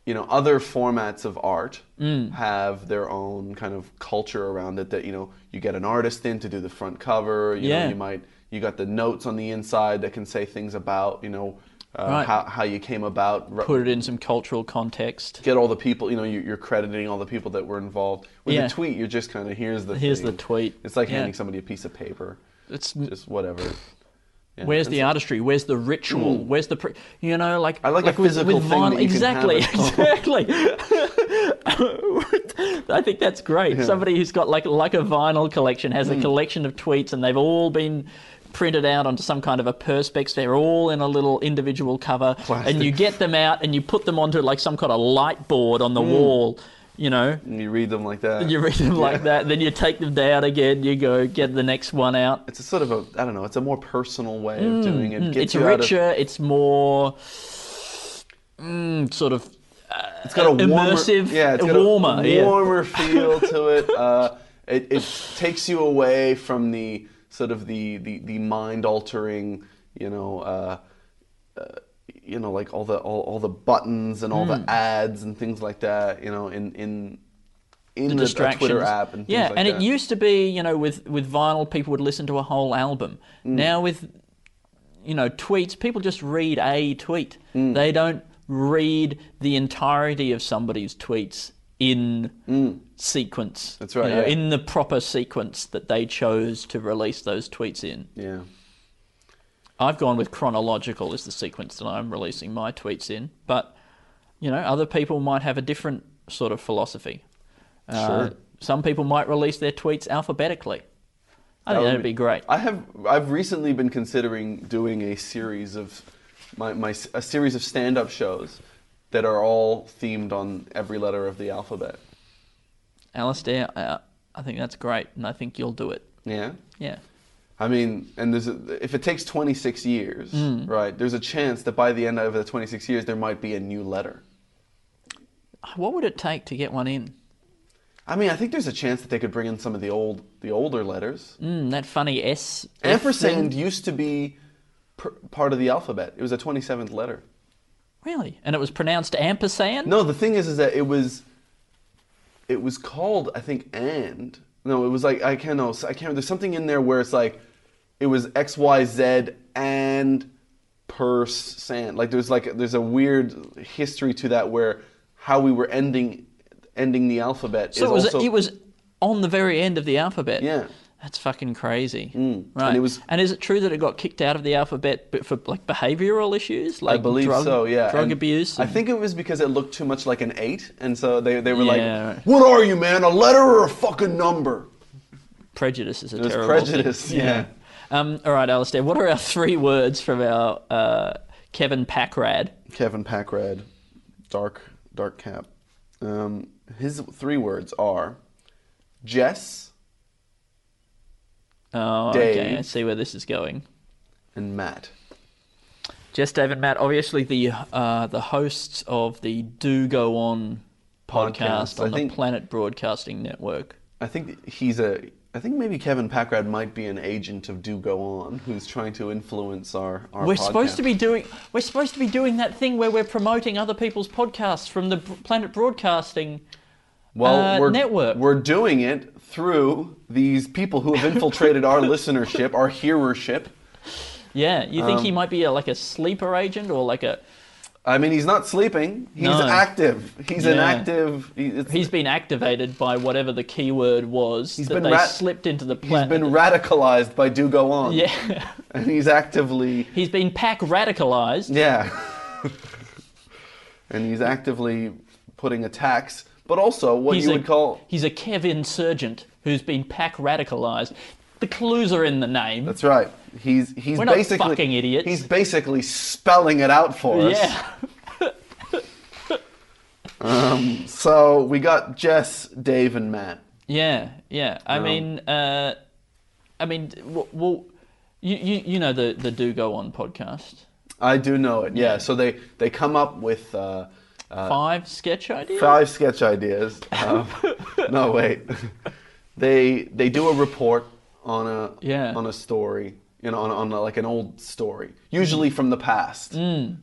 [SPEAKER 3] you know other formats of art
[SPEAKER 4] Mm.
[SPEAKER 3] have their own kind of culture around it that you know you get an artist in to do the front cover you know
[SPEAKER 4] Yeah.
[SPEAKER 3] you might you got the notes on the inside that can say things about you know uh,
[SPEAKER 4] Right.
[SPEAKER 3] how, how you came about
[SPEAKER 4] put it in some cultural context
[SPEAKER 3] get all the people you know you, you're crediting all the people that were involved with
[SPEAKER 4] Yeah.
[SPEAKER 3] the tweet you're just kind of here's the
[SPEAKER 4] Here's the
[SPEAKER 3] thing.
[SPEAKER 4] tweet.
[SPEAKER 3] it's like
[SPEAKER 4] Yeah.
[SPEAKER 3] handing somebody a piece of paper
[SPEAKER 4] It's-
[SPEAKER 3] just whatever Yeah.
[SPEAKER 4] Where's
[SPEAKER 3] And
[SPEAKER 4] the artistry? Where's the ritual? Where's the, pre- you know, like
[SPEAKER 3] I like a physical thing
[SPEAKER 4] vinyl-
[SPEAKER 3] that you can have
[SPEAKER 4] exactly,
[SPEAKER 3] at home.
[SPEAKER 4] exactly. I think that's great. Somebody who's got like like a vinyl collection has
[SPEAKER 3] Mm.
[SPEAKER 4] a collection of tweets, and they've all been printed out onto some kind of a perspex. They're all in a little individual cover, and you get them out and you put them onto like some kind of light board on the
[SPEAKER 3] Mm.
[SPEAKER 4] wall. You know,
[SPEAKER 3] you read them like that
[SPEAKER 4] you read them like that, then you take them down again. You go get the next one out.
[SPEAKER 3] it's a sort of a I don't know. It's a more personal way of doing it. Gets
[SPEAKER 4] Mm, it's
[SPEAKER 3] you out of-
[SPEAKER 4] richer. It's more mm, sort of.
[SPEAKER 3] it's got a warmer,
[SPEAKER 4] immersive,
[SPEAKER 3] yeah, it's got
[SPEAKER 4] warmer,
[SPEAKER 3] a
[SPEAKER 4] yeah.
[SPEAKER 3] warmer feel to it. Uh, it. It takes you away from the sort of the the, the mind altering, you know. Uh, uh, you know, like all the all, all the buttons and all
[SPEAKER 4] Hmm.
[SPEAKER 3] the ads and things like that. You know, in in in the, a
[SPEAKER 4] distractions.
[SPEAKER 3] Twitter app and things
[SPEAKER 4] yeah,
[SPEAKER 3] like
[SPEAKER 4] and
[SPEAKER 3] that.
[SPEAKER 4] it used to be you know with with vinyl people would listen to a whole album.
[SPEAKER 3] Mm.
[SPEAKER 4] Now with you know tweets, people just read a tweet.
[SPEAKER 3] Mm.
[SPEAKER 4] They don't read the entirety of somebody's tweets in sequence.
[SPEAKER 3] Mm. That's right,
[SPEAKER 4] you know,
[SPEAKER 3] yeah.
[SPEAKER 4] In the proper sequence that they chose to release those tweets in.
[SPEAKER 3] yeah.
[SPEAKER 4] I've gone with chronological is the sequence that I'm releasing my tweets in, but you know, other people might have a different sort of philosophy. Uh,
[SPEAKER 3] Sure.
[SPEAKER 4] Some people might release their tweets alphabetically. I think
[SPEAKER 3] would
[SPEAKER 4] that'd
[SPEAKER 3] be-
[SPEAKER 4] be great.
[SPEAKER 3] Oh, I have I've recently been considering doing a series of my, my a series of stand-up shows that are all themed on every letter of the alphabet.
[SPEAKER 4] Alistair, uh, I think that's great, and I think you'll do it.
[SPEAKER 3] Yeah.
[SPEAKER 4] Yeah.
[SPEAKER 3] I mean, and there's a, if it takes 26 years,
[SPEAKER 4] Hmm.
[SPEAKER 3] right? There's a chance that by the end of the 26 years there might be a new letter.
[SPEAKER 4] What would it take to get one in?
[SPEAKER 3] I mean, I think there's a chance that they could bring in some of the old, the older letters.
[SPEAKER 4] Mm, that funny S.
[SPEAKER 3] Ampersand used to be per, part of the alphabet. It was a 27th letter.
[SPEAKER 4] Really? And it was pronounced ampersand?
[SPEAKER 3] No, the thing is, is that it was, it was called I think and no, it was like I can't know I can't. There's something in there where it's like, it was X Y Z and purse sand. Like there's like there's a weird history to that where how we were ending ending the alphabet
[SPEAKER 4] So
[SPEAKER 3] is
[SPEAKER 4] it was,
[SPEAKER 3] also
[SPEAKER 4] it was on the very end of the alphabet.
[SPEAKER 3] Yeah. Mm.
[SPEAKER 4] That's fucking crazy. Right.
[SPEAKER 3] And it was-
[SPEAKER 4] and is it true that it got kicked out of the alphabet but for like behavioral issues? Like
[SPEAKER 3] I believe
[SPEAKER 4] drug,
[SPEAKER 3] so, yeah.
[SPEAKER 4] Drug
[SPEAKER 3] And
[SPEAKER 4] abuse?
[SPEAKER 3] I think it was because it looked too much like an eight, and so they, they were
[SPEAKER 4] Yeah, right.
[SPEAKER 3] like, "What are you, man? A letter or a fucking number?"
[SPEAKER 4] prejudice is a
[SPEAKER 3] It was
[SPEAKER 4] terrible
[SPEAKER 3] prejudice.
[SPEAKER 4] thing.
[SPEAKER 3] Yeah.
[SPEAKER 4] Um, all right, Alistair, what are our three words from our uh, Kevin Packrad?
[SPEAKER 3] Kevin Packrad, dark dark cap. Um, his three words are Jess
[SPEAKER 4] Oh, okay,
[SPEAKER 3] Dave.
[SPEAKER 4] I see where this is going.
[SPEAKER 3] and Matt.
[SPEAKER 4] Just Dave and Matt, obviously the uh, the hosts of the Do Go On podcast,
[SPEAKER 3] Podcast,
[SPEAKER 4] on
[SPEAKER 3] I
[SPEAKER 4] the
[SPEAKER 3] think-
[SPEAKER 4] Planet Broadcasting Network.
[SPEAKER 3] I think he's a. I think maybe Kevin Packrad might be an agent of Do Go On, who's trying to influence our. our
[SPEAKER 4] We're supposed to
[SPEAKER 3] podcast.
[SPEAKER 4] be doing we're supposed to be doing that thing where we're promoting other people's podcasts from the Br- Planet Broadcasting.
[SPEAKER 3] well,
[SPEAKER 4] uh,
[SPEAKER 3] we're,
[SPEAKER 4] network.
[SPEAKER 3] We're doing it through these people who have infiltrated our listenership, our hearership.
[SPEAKER 4] Yeah, you think he
[SPEAKER 3] Um,
[SPEAKER 4] might be a, like a sleeper agent or like a
[SPEAKER 3] I mean, he's not sleeping. He's
[SPEAKER 4] No.
[SPEAKER 3] active. He's an
[SPEAKER 4] Yeah.
[SPEAKER 3] active. He, it's,
[SPEAKER 4] He's been activated by whatever the keyword was that
[SPEAKER 3] been
[SPEAKER 4] they
[SPEAKER 3] rat-
[SPEAKER 4] slipped into the
[SPEAKER 3] he's
[SPEAKER 4] planet.
[SPEAKER 3] been radicalized by Do Go On.
[SPEAKER 4] yeah,
[SPEAKER 3] and he's actively
[SPEAKER 4] he's been pack radicalized.
[SPEAKER 3] yeah and he's actively putting attacks but also what
[SPEAKER 4] he's
[SPEAKER 3] you
[SPEAKER 4] a,
[SPEAKER 3] would call
[SPEAKER 4] he's a Kev insurgent who's been pack radicalized. The clues are in the name.
[SPEAKER 3] that's right he's he's
[SPEAKER 4] We're not
[SPEAKER 3] basically
[SPEAKER 4] fucking idiots.
[SPEAKER 3] he's basically spelling it out for us
[SPEAKER 4] yeah,
[SPEAKER 3] so we got jess dave and matt
[SPEAKER 4] yeah, yeah. I mean, uh, I mean, w- well, you, you you know the the do go on podcast.
[SPEAKER 3] i do know it yeah, so they they come up with uh, uh,
[SPEAKER 4] Five sketch ideas.
[SPEAKER 3] five sketch ideas um, no wait they they do a report on a
[SPEAKER 4] Yeah.
[SPEAKER 3] on a story you know on, on like an old story usually from the past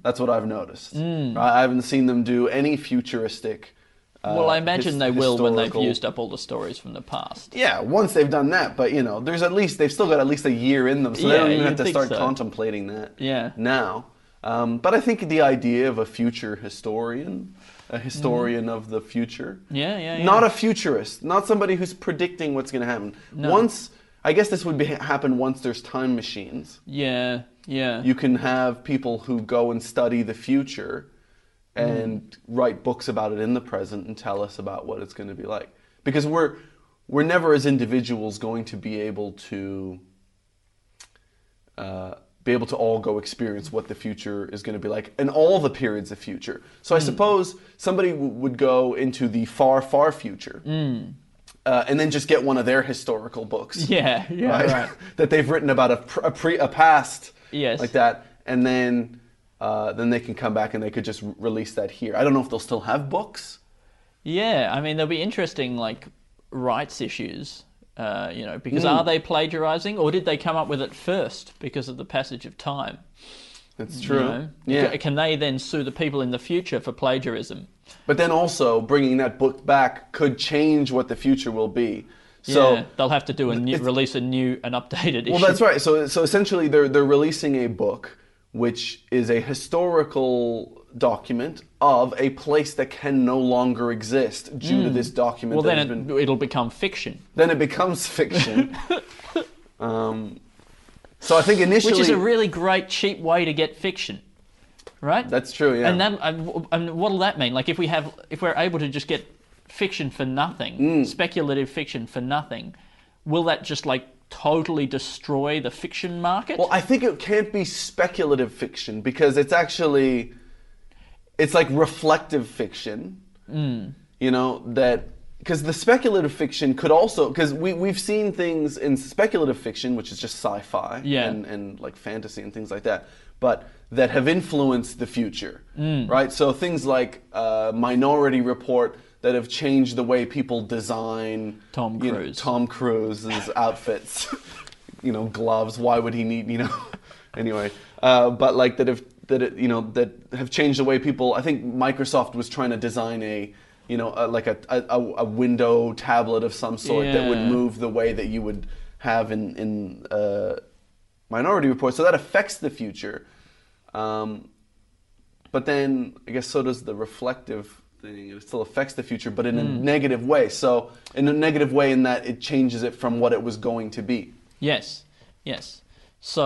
[SPEAKER 3] that's what i've noticed I, I haven't seen them do any futuristic uh,
[SPEAKER 4] Well, I imagine
[SPEAKER 3] his-
[SPEAKER 4] they will when they've
[SPEAKER 3] historical-
[SPEAKER 4] used up all the stories from the past.
[SPEAKER 3] yeah once they've done that but you know there's at least they've still got at least a year in them so
[SPEAKER 4] Yeah,
[SPEAKER 3] they don't even
[SPEAKER 4] you'd
[SPEAKER 3] have to
[SPEAKER 4] think
[SPEAKER 3] start
[SPEAKER 4] so.
[SPEAKER 3] contemplating that
[SPEAKER 4] Yeah.
[SPEAKER 3] now um, but i think the idea of a future historian a historian of the future
[SPEAKER 4] Mm-hmm. Yeah, yeah, yeah.
[SPEAKER 3] not a futurist, not somebody who's predicting what's going to happen. Once, I guess this would be, happen once there's time machines.
[SPEAKER 4] Yeah, yeah.
[SPEAKER 3] You can have people who go and study the future and write books about it in the present and tell us about what it's going to be like. Because we're we're never as individuals going to be able to uh, be able to all go experience what the future is going to be like and all the periods of future. So I suppose somebody w- would go into the far, far future uh, and then just get one of their historical books.
[SPEAKER 4] Yeah, yeah, right.
[SPEAKER 3] that they've written about a, pr- a, pre- a past
[SPEAKER 4] Yes.
[SPEAKER 3] like that. And then, uh, then they can come back and they could just r- release that here. I don't know if they'll still have books.
[SPEAKER 4] Yeah, I mean, there'll be interesting like rights issues, uh, you know,
[SPEAKER 3] Hmm.
[SPEAKER 4] because are they plagiarizing or did they come up with it first because of the passage of time?
[SPEAKER 3] That's true.
[SPEAKER 4] You know?
[SPEAKER 3] Yeah.
[SPEAKER 4] C- Can they then sue the people in the future for plagiarism?
[SPEAKER 3] But then also bringing that book back could change what the future will be. So
[SPEAKER 4] yeah, they'll have to do a new, release a new, an updated issue.
[SPEAKER 3] Well, that's right. So, so essentially, they're they're releasing a book which is a historical document of a place that can no longer exist due to this document.
[SPEAKER 4] Mm. Well,
[SPEAKER 3] that
[SPEAKER 4] then
[SPEAKER 3] has
[SPEAKER 4] it,
[SPEAKER 3] been,
[SPEAKER 4] it'll become fiction,
[SPEAKER 3] then it becomes fiction. um, so I think initially,
[SPEAKER 4] which is a really great, cheap way to get fiction, right?
[SPEAKER 3] that's true. Yeah,
[SPEAKER 4] And that, and- and what'll that mean? Like if we have, if we're able to just get fiction for nothing,
[SPEAKER 3] Hmm.
[SPEAKER 4] speculative fiction for nothing, will that just like totally destroy the fiction market?
[SPEAKER 3] Well, I think it can't be speculative fiction because it's actually it's like reflective fiction.
[SPEAKER 4] Mm.
[SPEAKER 3] You know that because the speculative fiction could also because we we've seen things in speculative fiction which is just sci-fi
[SPEAKER 4] Yeah.
[SPEAKER 3] and and like fantasy and things like that, but
[SPEAKER 4] Mm.
[SPEAKER 3] that have influenced the future, right? So things like uh, Minority Report. that have changed the way people design
[SPEAKER 4] Tom
[SPEAKER 3] you know,
[SPEAKER 4] Cruise.
[SPEAKER 3] Tom Cruise's outfits, you know, gloves. Why would he need you know? anyway, uh, but like that have that it, you know that have changed the way people. I think Microsoft was trying to design a you know a, like a, a a window tablet of some sort that would
[SPEAKER 4] Yeah.
[SPEAKER 3] move the way that you would have in in uh, Minority Report. So that affects the future. Um, but then I guess so does the reflective thing. It still affects the future, but in a negative way. So in a negative way, in that it changes it from what it was going to be.
[SPEAKER 4] Yes, yes. So,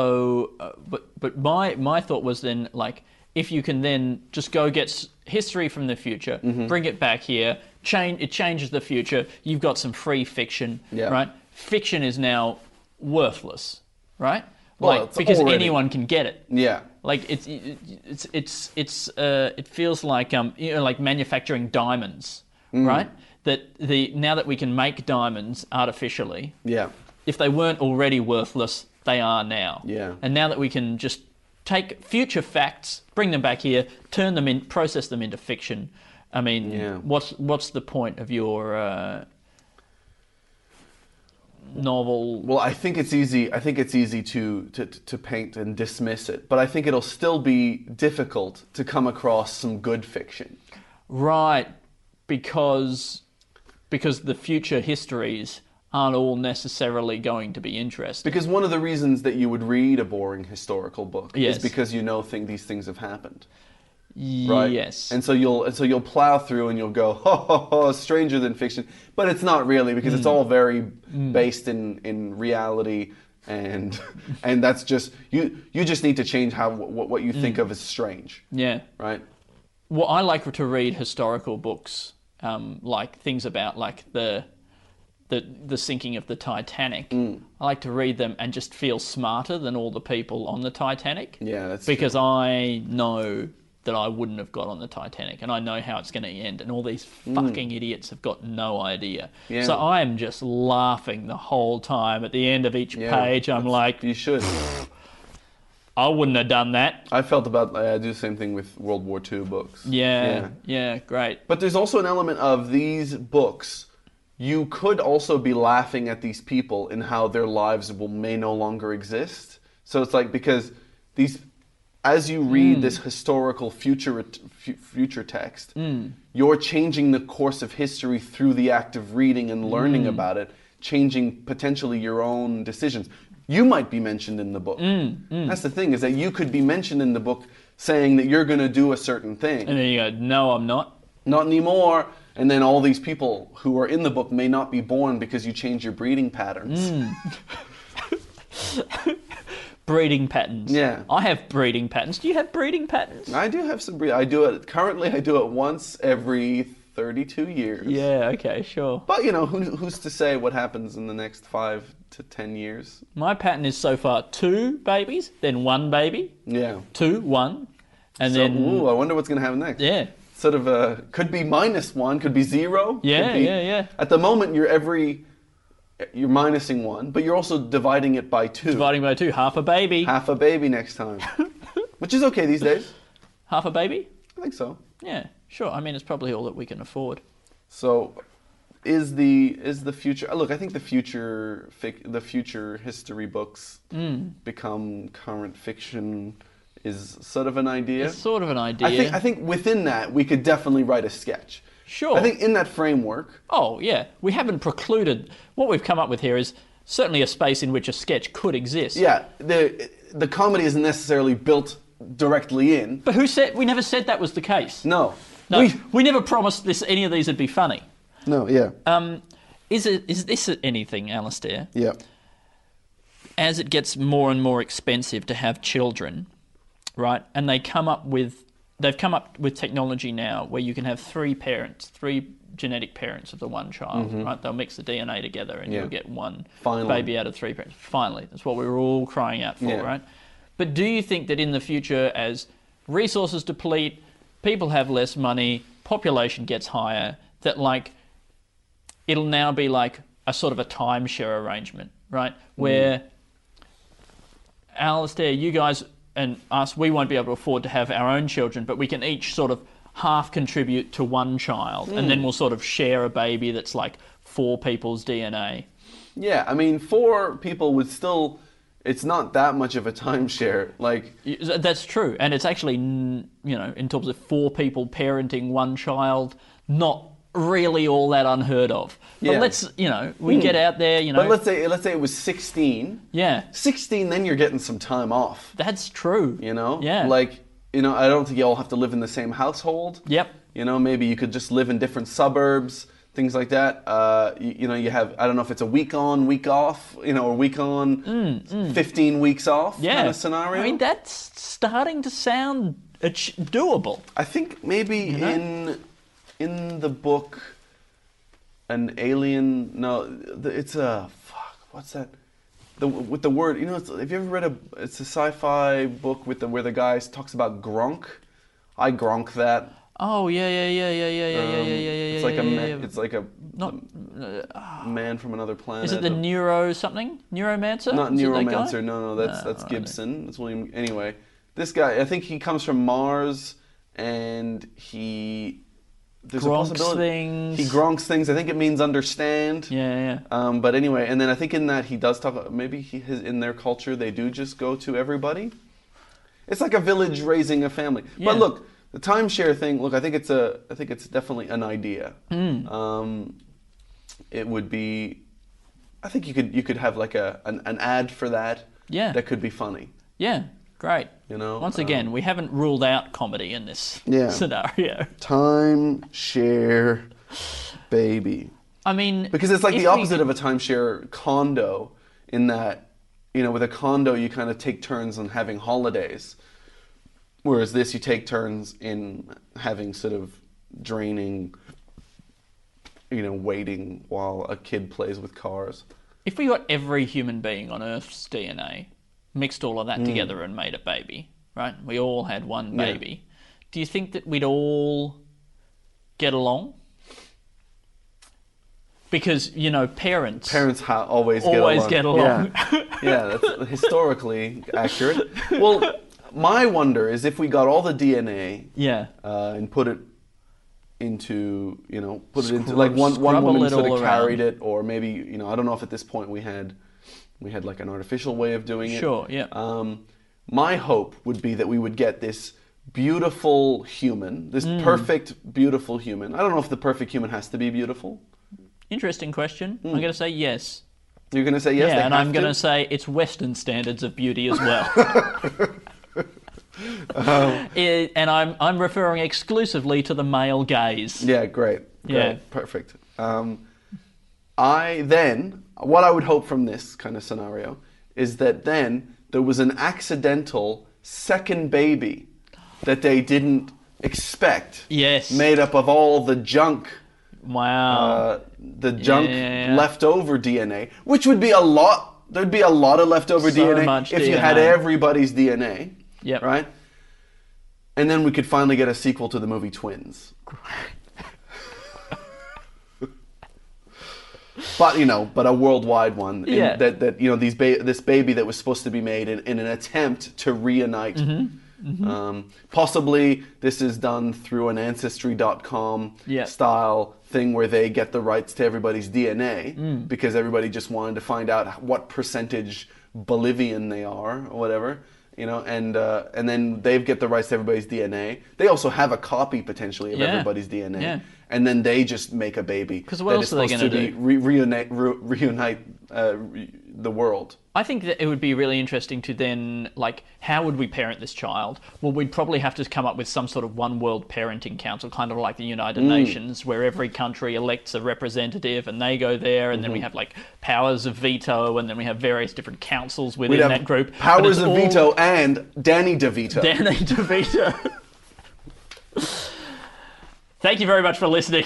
[SPEAKER 4] uh, but but my my thought was then like if you can then just go get s- history from the future,
[SPEAKER 3] Mm-hmm.
[SPEAKER 4] bring it back here, change it changes the future. You've got some free fiction,
[SPEAKER 3] Yeah.
[SPEAKER 4] right? Fiction is now worthless, right?
[SPEAKER 3] Well,
[SPEAKER 4] like
[SPEAKER 3] it's
[SPEAKER 4] because
[SPEAKER 3] already-
[SPEAKER 4] anyone can get it.
[SPEAKER 3] Yeah.
[SPEAKER 4] Like it's it's it's it's uh, it feels like um you know, like manufacturing diamonds,
[SPEAKER 3] Mm.
[SPEAKER 4] right? That the now that we can make diamonds artificially,
[SPEAKER 3] Yeah.
[SPEAKER 4] if they weren't already worthless, they are now.
[SPEAKER 3] Yeah.
[SPEAKER 4] And now that we can just take future facts, bring them back here, turn them in, process them into fiction. I mean,
[SPEAKER 3] Yeah.
[SPEAKER 4] what's what's the point of your uh, novel?
[SPEAKER 3] Well, I think it's easy. I think it's easy to, to to paint and dismiss it, but I think it'll still be difficult to come across some good fiction.
[SPEAKER 4] Right, because because the future histories aren't all necessarily going to be interesting.
[SPEAKER 3] Because one of the reasons that you would read a boring historical book
[SPEAKER 4] Yes.
[SPEAKER 3] is because you know think these things have happened.
[SPEAKER 4] Yes.
[SPEAKER 3] And so you'll and so you'll plow through and you'll go, ho ho ho, stranger than fiction. But it's not really because
[SPEAKER 4] Mm.
[SPEAKER 3] it's all very based in in reality and and that's just you you just need to change how what, what you
[SPEAKER 4] Mm.
[SPEAKER 3] think of as strange.
[SPEAKER 4] yeah.
[SPEAKER 3] Right?
[SPEAKER 4] well, I like to read historical books, um, like things about like the the the sinking of the Titanic.
[SPEAKER 3] Mm.
[SPEAKER 4] I like to read them and just feel smarter than all the people on the Titanic.
[SPEAKER 3] Yeah, that's true.
[SPEAKER 4] because I know that I wouldn't have got on the Titanic, and I know how it's going to end, and all these fucking idiots have got no idea.
[SPEAKER 3] Mm. Yeah.
[SPEAKER 4] So I am just laughing the whole time. At the end of each
[SPEAKER 3] Yeah,
[SPEAKER 4] page, I'm
[SPEAKER 3] that's-
[SPEAKER 4] like,
[SPEAKER 3] you should.
[SPEAKER 4] I wouldn't have done that.
[SPEAKER 3] I felt about I do the same thing with World War II books.
[SPEAKER 4] Yeah, yeah, great.
[SPEAKER 3] But there's also an element of these books. You could also be laughing at these people in how their lives will may no longer exist. So it's like because these, as you read this historical future fu- future text, you're changing the course of history through the act of reading and learning about it, changing potentially your own decisions. You might be mentioned in the book. That's the thing is that you could be mentioned in the book saying that you're going to do a certain thing
[SPEAKER 4] And then you go, no, I'm not.
[SPEAKER 3] not anymore. And then all these people who are in the book may not be born because you change your breeding patterns.
[SPEAKER 4] Mm. breeding patterns.
[SPEAKER 3] Yeah.
[SPEAKER 4] I have breeding patterns. Do you have breeding patterns?
[SPEAKER 3] I do have some breed. I do it currently. I do it once every 32 years.
[SPEAKER 4] Yeah, okay, sure.
[SPEAKER 3] But you know, who, who's to say what happens in the next five to 10 years?
[SPEAKER 4] My pattern is so far two babies, then one baby,
[SPEAKER 3] Yeah.
[SPEAKER 4] two, one, and
[SPEAKER 3] So,
[SPEAKER 4] then
[SPEAKER 3] ooh, I wonder what's going to happen next.
[SPEAKER 4] yeah.
[SPEAKER 3] Sort of a could be minus one, could be zero. could
[SPEAKER 4] Yeah,
[SPEAKER 3] be-
[SPEAKER 4] yeah, yeah.
[SPEAKER 3] At the moment, you're every you're minusing one, but you're also dividing it by two.
[SPEAKER 4] Dividing by two, half a baby.
[SPEAKER 3] half a baby next time, which is okay these days.
[SPEAKER 4] Half a baby?
[SPEAKER 3] I think so.
[SPEAKER 4] Yeah, sure. I mean, it's probably all that we can afford.
[SPEAKER 3] So, is the is the future? Look, I think the future fic, the future history books
[SPEAKER 4] Hmm.
[SPEAKER 3] become current fiction is sort of an idea.
[SPEAKER 4] It's sort of an idea.
[SPEAKER 3] I think I think within that we could definitely write a sketch.
[SPEAKER 4] Sure.
[SPEAKER 3] I think in that framework,
[SPEAKER 4] Oh, yeah. We haven't precluded. What we've come up with here is certainly a space in which a sketch could exist.
[SPEAKER 3] yeah, the the comedy isn't necessarily built directly in.
[SPEAKER 4] But who said. We never said that was the case.
[SPEAKER 3] No.
[SPEAKER 4] No,
[SPEAKER 3] We-
[SPEAKER 4] we, never promised this. any of these would be funny.
[SPEAKER 3] no. Yeah.
[SPEAKER 4] Um, Is it is this anything, Alistair?
[SPEAKER 3] yeah.
[SPEAKER 4] As it gets more and more expensive to have children, right? And they come up with they've come up with technology now where you can have three parents, three genetic parents of the one child, right? They'll mix the DNA together and you'll get one
[SPEAKER 3] Mm-hmm. Finally.
[SPEAKER 4] baby out of three parents. Finally, that's what we were all crying out for,
[SPEAKER 3] Yeah.
[SPEAKER 4] right? But do you think that in the future, as resources deplete, people have less money, population gets higher, that like it'll now be like a sort of a timeshare arrangement,
[SPEAKER 3] Mm.
[SPEAKER 4] right? Where Alistair, you guys and us, we won't be able to afford to have our own children, but we can each sort of half contribute to one child, and
[SPEAKER 3] Hmm.
[SPEAKER 4] then we'll sort of share a baby that's like four people's DNA.
[SPEAKER 3] Yeah, I mean, four people would still. It's not that much of a timeshare. Like,
[SPEAKER 4] Y- That's true, and it's actually n- you know in terms of four people parenting one child, not really all that unheard of. But
[SPEAKER 3] Yeah. Hmm.
[SPEAKER 4] let's you know we get out there, you know,
[SPEAKER 3] but let's say let's say it was sixteen.
[SPEAKER 4] yeah,
[SPEAKER 3] Sixteen, then you're getting some time off.
[SPEAKER 4] that's true.
[SPEAKER 3] You know,
[SPEAKER 4] yeah,
[SPEAKER 3] Like, you know, I don't think you all have to live in the same household.
[SPEAKER 4] Yep.
[SPEAKER 3] You know, maybe you could just live in different suburbs, things like that. Uh, you, you know, you have I don't know if it's a week on, week off. You know, or week on, fifteen weeks off.
[SPEAKER 4] Mm, yeah.
[SPEAKER 3] Kind of scenario.
[SPEAKER 4] I mean, that's starting to sound ach- doable.
[SPEAKER 3] I think maybe in in the book, an alien. No, the- it's a fuck. What's that? The, with the word, you know, it's, have you ever read a? It's a sci-fi book with the where the guy talks about Gronk. I Gronk that.
[SPEAKER 4] Oh yeah, yeah, yeah, yeah, yeah, yeah, yeah, yeah,
[SPEAKER 3] Um,
[SPEAKER 4] yeah, yeah.
[SPEAKER 3] It's like a.
[SPEAKER 4] yeah,
[SPEAKER 3] ma-
[SPEAKER 4] yeah, yeah.
[SPEAKER 3] It's like a
[SPEAKER 4] Not- uh,
[SPEAKER 3] man from another planet.
[SPEAKER 4] Is it the
[SPEAKER 3] or-
[SPEAKER 4] neuro something? Neuromancer?
[SPEAKER 3] Not
[SPEAKER 4] Is it that guy?
[SPEAKER 3] Neuromancer. No, no, that's that's Gibson. That's William. Anyway, this guy. I think he comes from Mars, and he there's a
[SPEAKER 4] Gronks
[SPEAKER 3] possibility
[SPEAKER 4] things.
[SPEAKER 3] he gronks things. I think it means understand.
[SPEAKER 4] Yeah, yeah.
[SPEAKER 3] Um, but anyway, and then I think in that he does talk. Maybe he, his, in their culture they do just go to everybody. It's like a village raising a family. But
[SPEAKER 4] Yeah.
[SPEAKER 3] look, the timeshare thing. Look, I think it's a. I think it's definitely an idea.
[SPEAKER 4] Hmm.
[SPEAKER 3] Um, it would be. I think you could you could have like a an, an ad for that.
[SPEAKER 4] Yeah.
[SPEAKER 3] That could be funny.
[SPEAKER 4] Yeah, great.
[SPEAKER 3] You know,
[SPEAKER 4] once
[SPEAKER 3] um,
[SPEAKER 4] again, we haven't ruled out comedy in this
[SPEAKER 3] Yeah.
[SPEAKER 4] scenario.
[SPEAKER 3] Timeshare, baby.
[SPEAKER 4] I mean,
[SPEAKER 3] Because it's like
[SPEAKER 4] if
[SPEAKER 3] the opposite of
[SPEAKER 4] we,
[SPEAKER 3] a timeshare condo, in that, you know, with a condo you kind of take turns on having holidays, whereas this you take turns in having sort of draining, you know, waiting while a kid plays with cars.
[SPEAKER 4] If we got every human being on Earth's DNA, mixed all of that together and made a baby, right? We all had one
[SPEAKER 3] Mm. Yeah.
[SPEAKER 4] baby. Do you think that we'd all get along? Because you know, parents.
[SPEAKER 3] Parents ha- always get
[SPEAKER 4] Always
[SPEAKER 3] along.
[SPEAKER 4] get along.
[SPEAKER 3] Yeah, yeah that's historically accurate. Well, my wonder is if we got all the DNA
[SPEAKER 4] Yeah.
[SPEAKER 3] uh, and put it into you know put it into
[SPEAKER 4] Scrub-
[SPEAKER 3] like one one
[SPEAKER 4] scrubble
[SPEAKER 3] woman
[SPEAKER 4] it
[SPEAKER 3] sort
[SPEAKER 4] all
[SPEAKER 3] of carried
[SPEAKER 4] around.
[SPEAKER 3] it, or maybe you know I don't know if at this point we had we had like an artificial way of doing it.
[SPEAKER 4] Sure, yeah.
[SPEAKER 3] Um, my hope would be that we would get this beautiful human, this
[SPEAKER 4] Mm.
[SPEAKER 3] perfect beautiful human. I don't know if the perfect human has to be beautiful.
[SPEAKER 4] Interesting question. I'm going to say yes.
[SPEAKER 3] You're gonna say hmm. yes. they
[SPEAKER 4] yeah, and I'm
[SPEAKER 3] have
[SPEAKER 4] going to
[SPEAKER 3] to?
[SPEAKER 4] say it's Western standards of beauty as well.
[SPEAKER 3] Um,
[SPEAKER 4] It- and I'm I'm referring exclusively to the male gaze.
[SPEAKER 3] Yeah, great. great,
[SPEAKER 4] Yeah.
[SPEAKER 3] perfect. Um, I then what I would hope from this kind of scenario is that then there was an accidental second baby that they didn't expect.
[SPEAKER 4] Yes.
[SPEAKER 3] Made up of all the junk,
[SPEAKER 4] Wow.
[SPEAKER 3] uh, the junk
[SPEAKER 4] Yeah.
[SPEAKER 3] leftover DNA, which would be a lot. There'd be a lot of leftover
[SPEAKER 4] So
[SPEAKER 3] DNA
[SPEAKER 4] much
[SPEAKER 3] if you had
[SPEAKER 4] DNA.
[SPEAKER 3] everybody's DNA.
[SPEAKER 4] Yep.
[SPEAKER 3] Right. And then we could finally get a sequel to the movie Twins. but you know, but a worldwide one. in-
[SPEAKER 4] Yeah.
[SPEAKER 3] That that you know these ba- this baby that was supposed to be made in, in an attempt to reunite. Um, possibly this is done through an ancestry.com
[SPEAKER 4] Yeah.
[SPEAKER 3] style thing where they get the rights to everybody's DNA
[SPEAKER 4] Mm.
[SPEAKER 3] because everybody just wanted to find out what percentage Bolivian they are or whatever. You know, and uh, and then they get the rights to everybody's DNA. They also have a copy potentially of
[SPEAKER 4] Yeah.
[SPEAKER 3] everybody's DNA,
[SPEAKER 4] Yeah.
[SPEAKER 3] and then they just make a baby
[SPEAKER 4] 'Cause what
[SPEAKER 3] that
[SPEAKER 4] else
[SPEAKER 3] is
[SPEAKER 4] are they
[SPEAKER 3] supposed
[SPEAKER 4] gonna
[SPEAKER 3] to
[SPEAKER 4] do?
[SPEAKER 3] Be re- reunite, re- reunite uh, re- the world.
[SPEAKER 4] I think that it would be really interesting to then, like, how would we parent this child? Well, we'd probably have to come up with some sort of one world parenting council, kind of like the
[SPEAKER 3] Mm.
[SPEAKER 4] United Nations, where every country elects a representative and they go there, and then
[SPEAKER 3] Mm-hmm.
[SPEAKER 4] we have, like, powers of veto, and then we have various different councils within
[SPEAKER 3] We'd have
[SPEAKER 4] that group. But
[SPEAKER 3] powers
[SPEAKER 4] it's
[SPEAKER 3] of
[SPEAKER 4] all
[SPEAKER 3] veto and Danny DeVito.
[SPEAKER 4] Danny DeVito. Thank you very much for listening.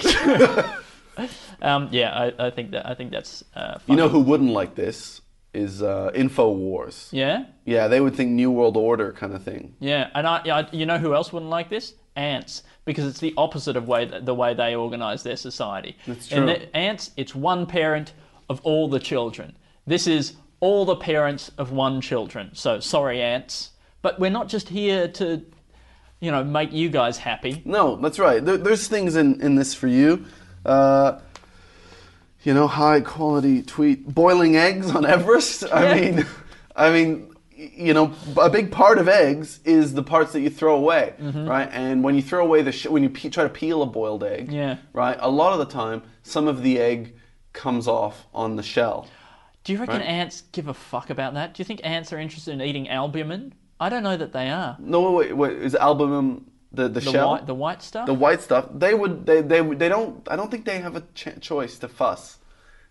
[SPEAKER 4] um, yeah, I, I think that I think that's uh, fun.
[SPEAKER 3] you know who wouldn't like this is uh, InfoWars.
[SPEAKER 4] yeah.
[SPEAKER 3] Yeah, they would think New World Order kind of thing.
[SPEAKER 4] Yeah, and I, yeah, I- you know who else wouldn't like this? Ants, because it's the opposite of way the way they organise their society. That's
[SPEAKER 3] true.
[SPEAKER 4] And the, ants, it's one parent of all the children. This is all the parents of one children. So sorry, ants, but we're not just here to you know, make you guys happy.
[SPEAKER 3] No, that's right. There, there's things in, in this for you. Uh, you know, high quality tweet. Boiling eggs on Everest. I mean, I mean, y- you know, a big part of eggs is the parts that you throw away,
[SPEAKER 4] Mm-hmm.
[SPEAKER 3] right? And when you throw away the sh- when you pe- try to peel a boiled egg,
[SPEAKER 4] Yeah.
[SPEAKER 3] right? A lot of the time, some of the egg comes off on the shell.
[SPEAKER 4] Do you reckon
[SPEAKER 3] Right.
[SPEAKER 4] ants give a fuck about that? Do you think ants are interested in eating albumin? I don't know that they are.
[SPEAKER 3] No, wait, wait, wait is albumin the the,
[SPEAKER 4] The
[SPEAKER 3] shell?
[SPEAKER 4] white, the white stuff.
[SPEAKER 3] the white stuff they would they they would- they don't i don't think they have a ch- choice to fuss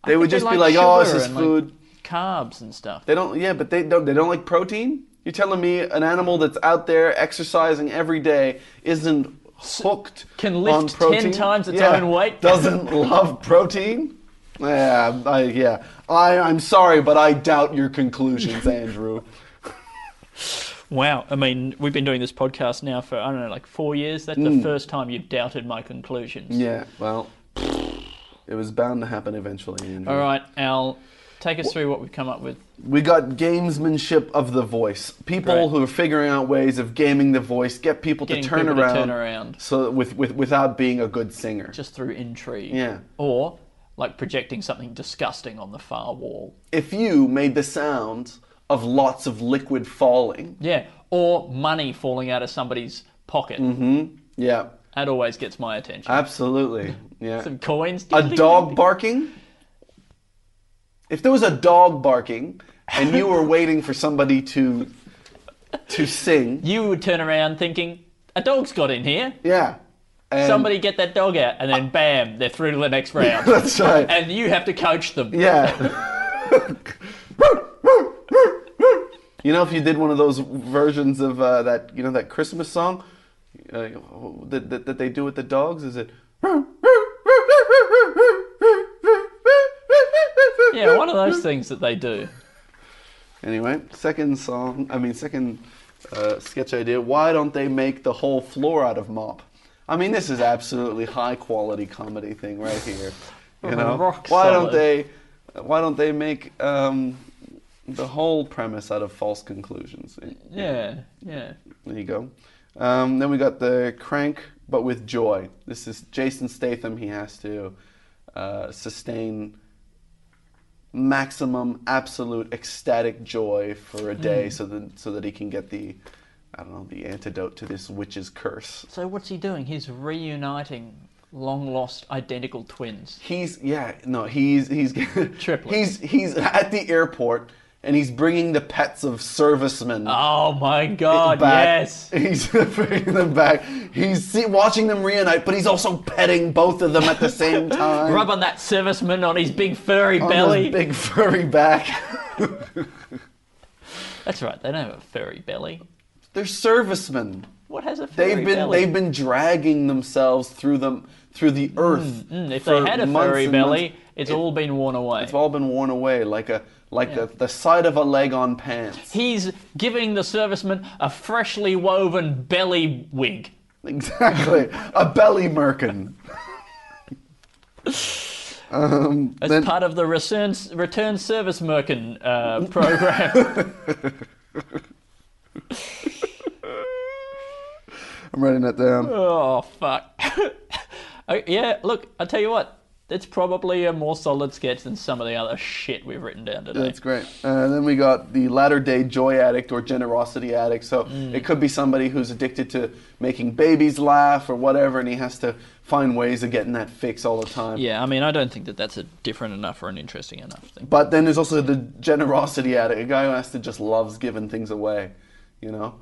[SPEAKER 3] they
[SPEAKER 4] I
[SPEAKER 3] would
[SPEAKER 4] think
[SPEAKER 3] just be
[SPEAKER 4] they
[SPEAKER 3] like oh this
[SPEAKER 4] sugar
[SPEAKER 3] is
[SPEAKER 4] and, like,
[SPEAKER 3] food
[SPEAKER 4] carbs and stuff.
[SPEAKER 3] they don't yeah but they don't they don't like protein you're telling me an animal that's out there exercising every day isn't hooked
[SPEAKER 4] Can
[SPEAKER 3] on
[SPEAKER 4] lift 10
[SPEAKER 3] protein?
[SPEAKER 4] times its
[SPEAKER 3] Yeah.
[SPEAKER 4] own weight?
[SPEAKER 3] doesn't love protein yeah I, yeah I, i'm sorry but i doubt your conclusions andrew
[SPEAKER 4] Wow, I mean, we've been doing this podcast now for I don't know, like four years. That's the first time you've doubted my conclusions.
[SPEAKER 3] Hmm. yeah well it was bound to happen eventually andrew
[SPEAKER 4] All right, Al, take us through what we've come up with.
[SPEAKER 3] We got gamesmanship of the voice. People
[SPEAKER 4] Right.
[SPEAKER 3] who are figuring out ways of gaming the voice, get people
[SPEAKER 4] Getting
[SPEAKER 3] to turn
[SPEAKER 4] people to
[SPEAKER 3] around.
[SPEAKER 4] turn around.
[SPEAKER 3] So with, with without being a good singer.
[SPEAKER 4] Just through intrigue.
[SPEAKER 3] Yeah.
[SPEAKER 4] Or like projecting something disgusting on the far wall.
[SPEAKER 3] if you made the sound of lots of liquid falling,
[SPEAKER 4] Yeah. Or money falling out of somebody's pocket.
[SPEAKER 3] Mm-hmm. yeah,
[SPEAKER 4] That always gets my attention.
[SPEAKER 3] absolutely, yeah.
[SPEAKER 4] Some coins.
[SPEAKER 3] Uh, a dog barking. If there was a dog barking and you were waiting for somebody to to sing,
[SPEAKER 4] You would turn around thinking, a dog's got in here.
[SPEAKER 3] yeah, and
[SPEAKER 4] Somebody get that dog out. And then bam, they're through to the next round.
[SPEAKER 3] that's right.
[SPEAKER 4] and you have to coach them.
[SPEAKER 3] Yeah. you know, if you did one of those versions of uh, that, you know, that Christmas song uh, that, that, that they do with the dogs, is it?
[SPEAKER 4] Yeah, one of those things that they do.
[SPEAKER 3] Anyway, second song, I mean, second uh, sketch idea. Why don't they make the whole floor out of mop? I mean, this is absolutely high quality comedy thing right here. You know,
[SPEAKER 4] Rock
[SPEAKER 3] why don't
[SPEAKER 4] solid.
[SPEAKER 3] they? Why don't they make um, the whole premise out of false conclusions?
[SPEAKER 4] Yeah, yeah.
[SPEAKER 3] There you go. Um, then we got the crank, but with joy. This is Jason Statham. He has to uh, sustain maximum, absolute, ecstatic joy for a
[SPEAKER 4] Hmm.
[SPEAKER 3] day, so that so that he can get the, I don't know, the antidote to this witch's curse.
[SPEAKER 4] So what's he doing? He's reuniting long lost identical twins.
[SPEAKER 3] He's yeah no he's he's
[SPEAKER 4] Triplets.
[SPEAKER 3] he's he's at the airport and he's bringing the pets of servicemen.
[SPEAKER 4] Oh my god,
[SPEAKER 3] back.
[SPEAKER 4] yes.
[SPEAKER 3] He's bringing them back. He's see, watching them reunite, but he's also petting both of them at the same time.
[SPEAKER 4] Rub on that serviceman on his big furry
[SPEAKER 3] On his
[SPEAKER 4] belly.
[SPEAKER 3] big furry back.
[SPEAKER 4] That's right, they don't have a furry belly.
[SPEAKER 3] They're servicemen.
[SPEAKER 4] What has a furry
[SPEAKER 3] They've been
[SPEAKER 4] belly? Mm,
[SPEAKER 3] they've been dragging themselves through them through the earth.
[SPEAKER 4] if
[SPEAKER 3] for
[SPEAKER 4] they had a
[SPEAKER 3] months
[SPEAKER 4] furry
[SPEAKER 3] and
[SPEAKER 4] belly,
[SPEAKER 3] months.
[SPEAKER 4] it's all been worn away.
[SPEAKER 3] It's all been worn away like a like the, the side of a leg on pants.
[SPEAKER 4] He's giving the serviceman a freshly woven belly wig.
[SPEAKER 3] Exactly. a belly merkin.
[SPEAKER 4] That's part of the return, return service merkin uh, program.
[SPEAKER 3] I'm writing that down.
[SPEAKER 4] oh fuck. Uh, yeah, look, I tell you what, it's probably a more solid sketch than some of the other shit we've written down today.
[SPEAKER 3] That's great. Uh, then we got the latter day joy addict or generosity addict. So
[SPEAKER 4] Mm.
[SPEAKER 3] it could be somebody who's addicted to making babies laugh or whatever, and he has to find ways of getting that fix all the time.
[SPEAKER 4] Yeah, I mean, I don't think that that's a different enough or an interesting enough thing.
[SPEAKER 3] But then there's also the generosity addict, a guy who has to just loves giving things away, you know?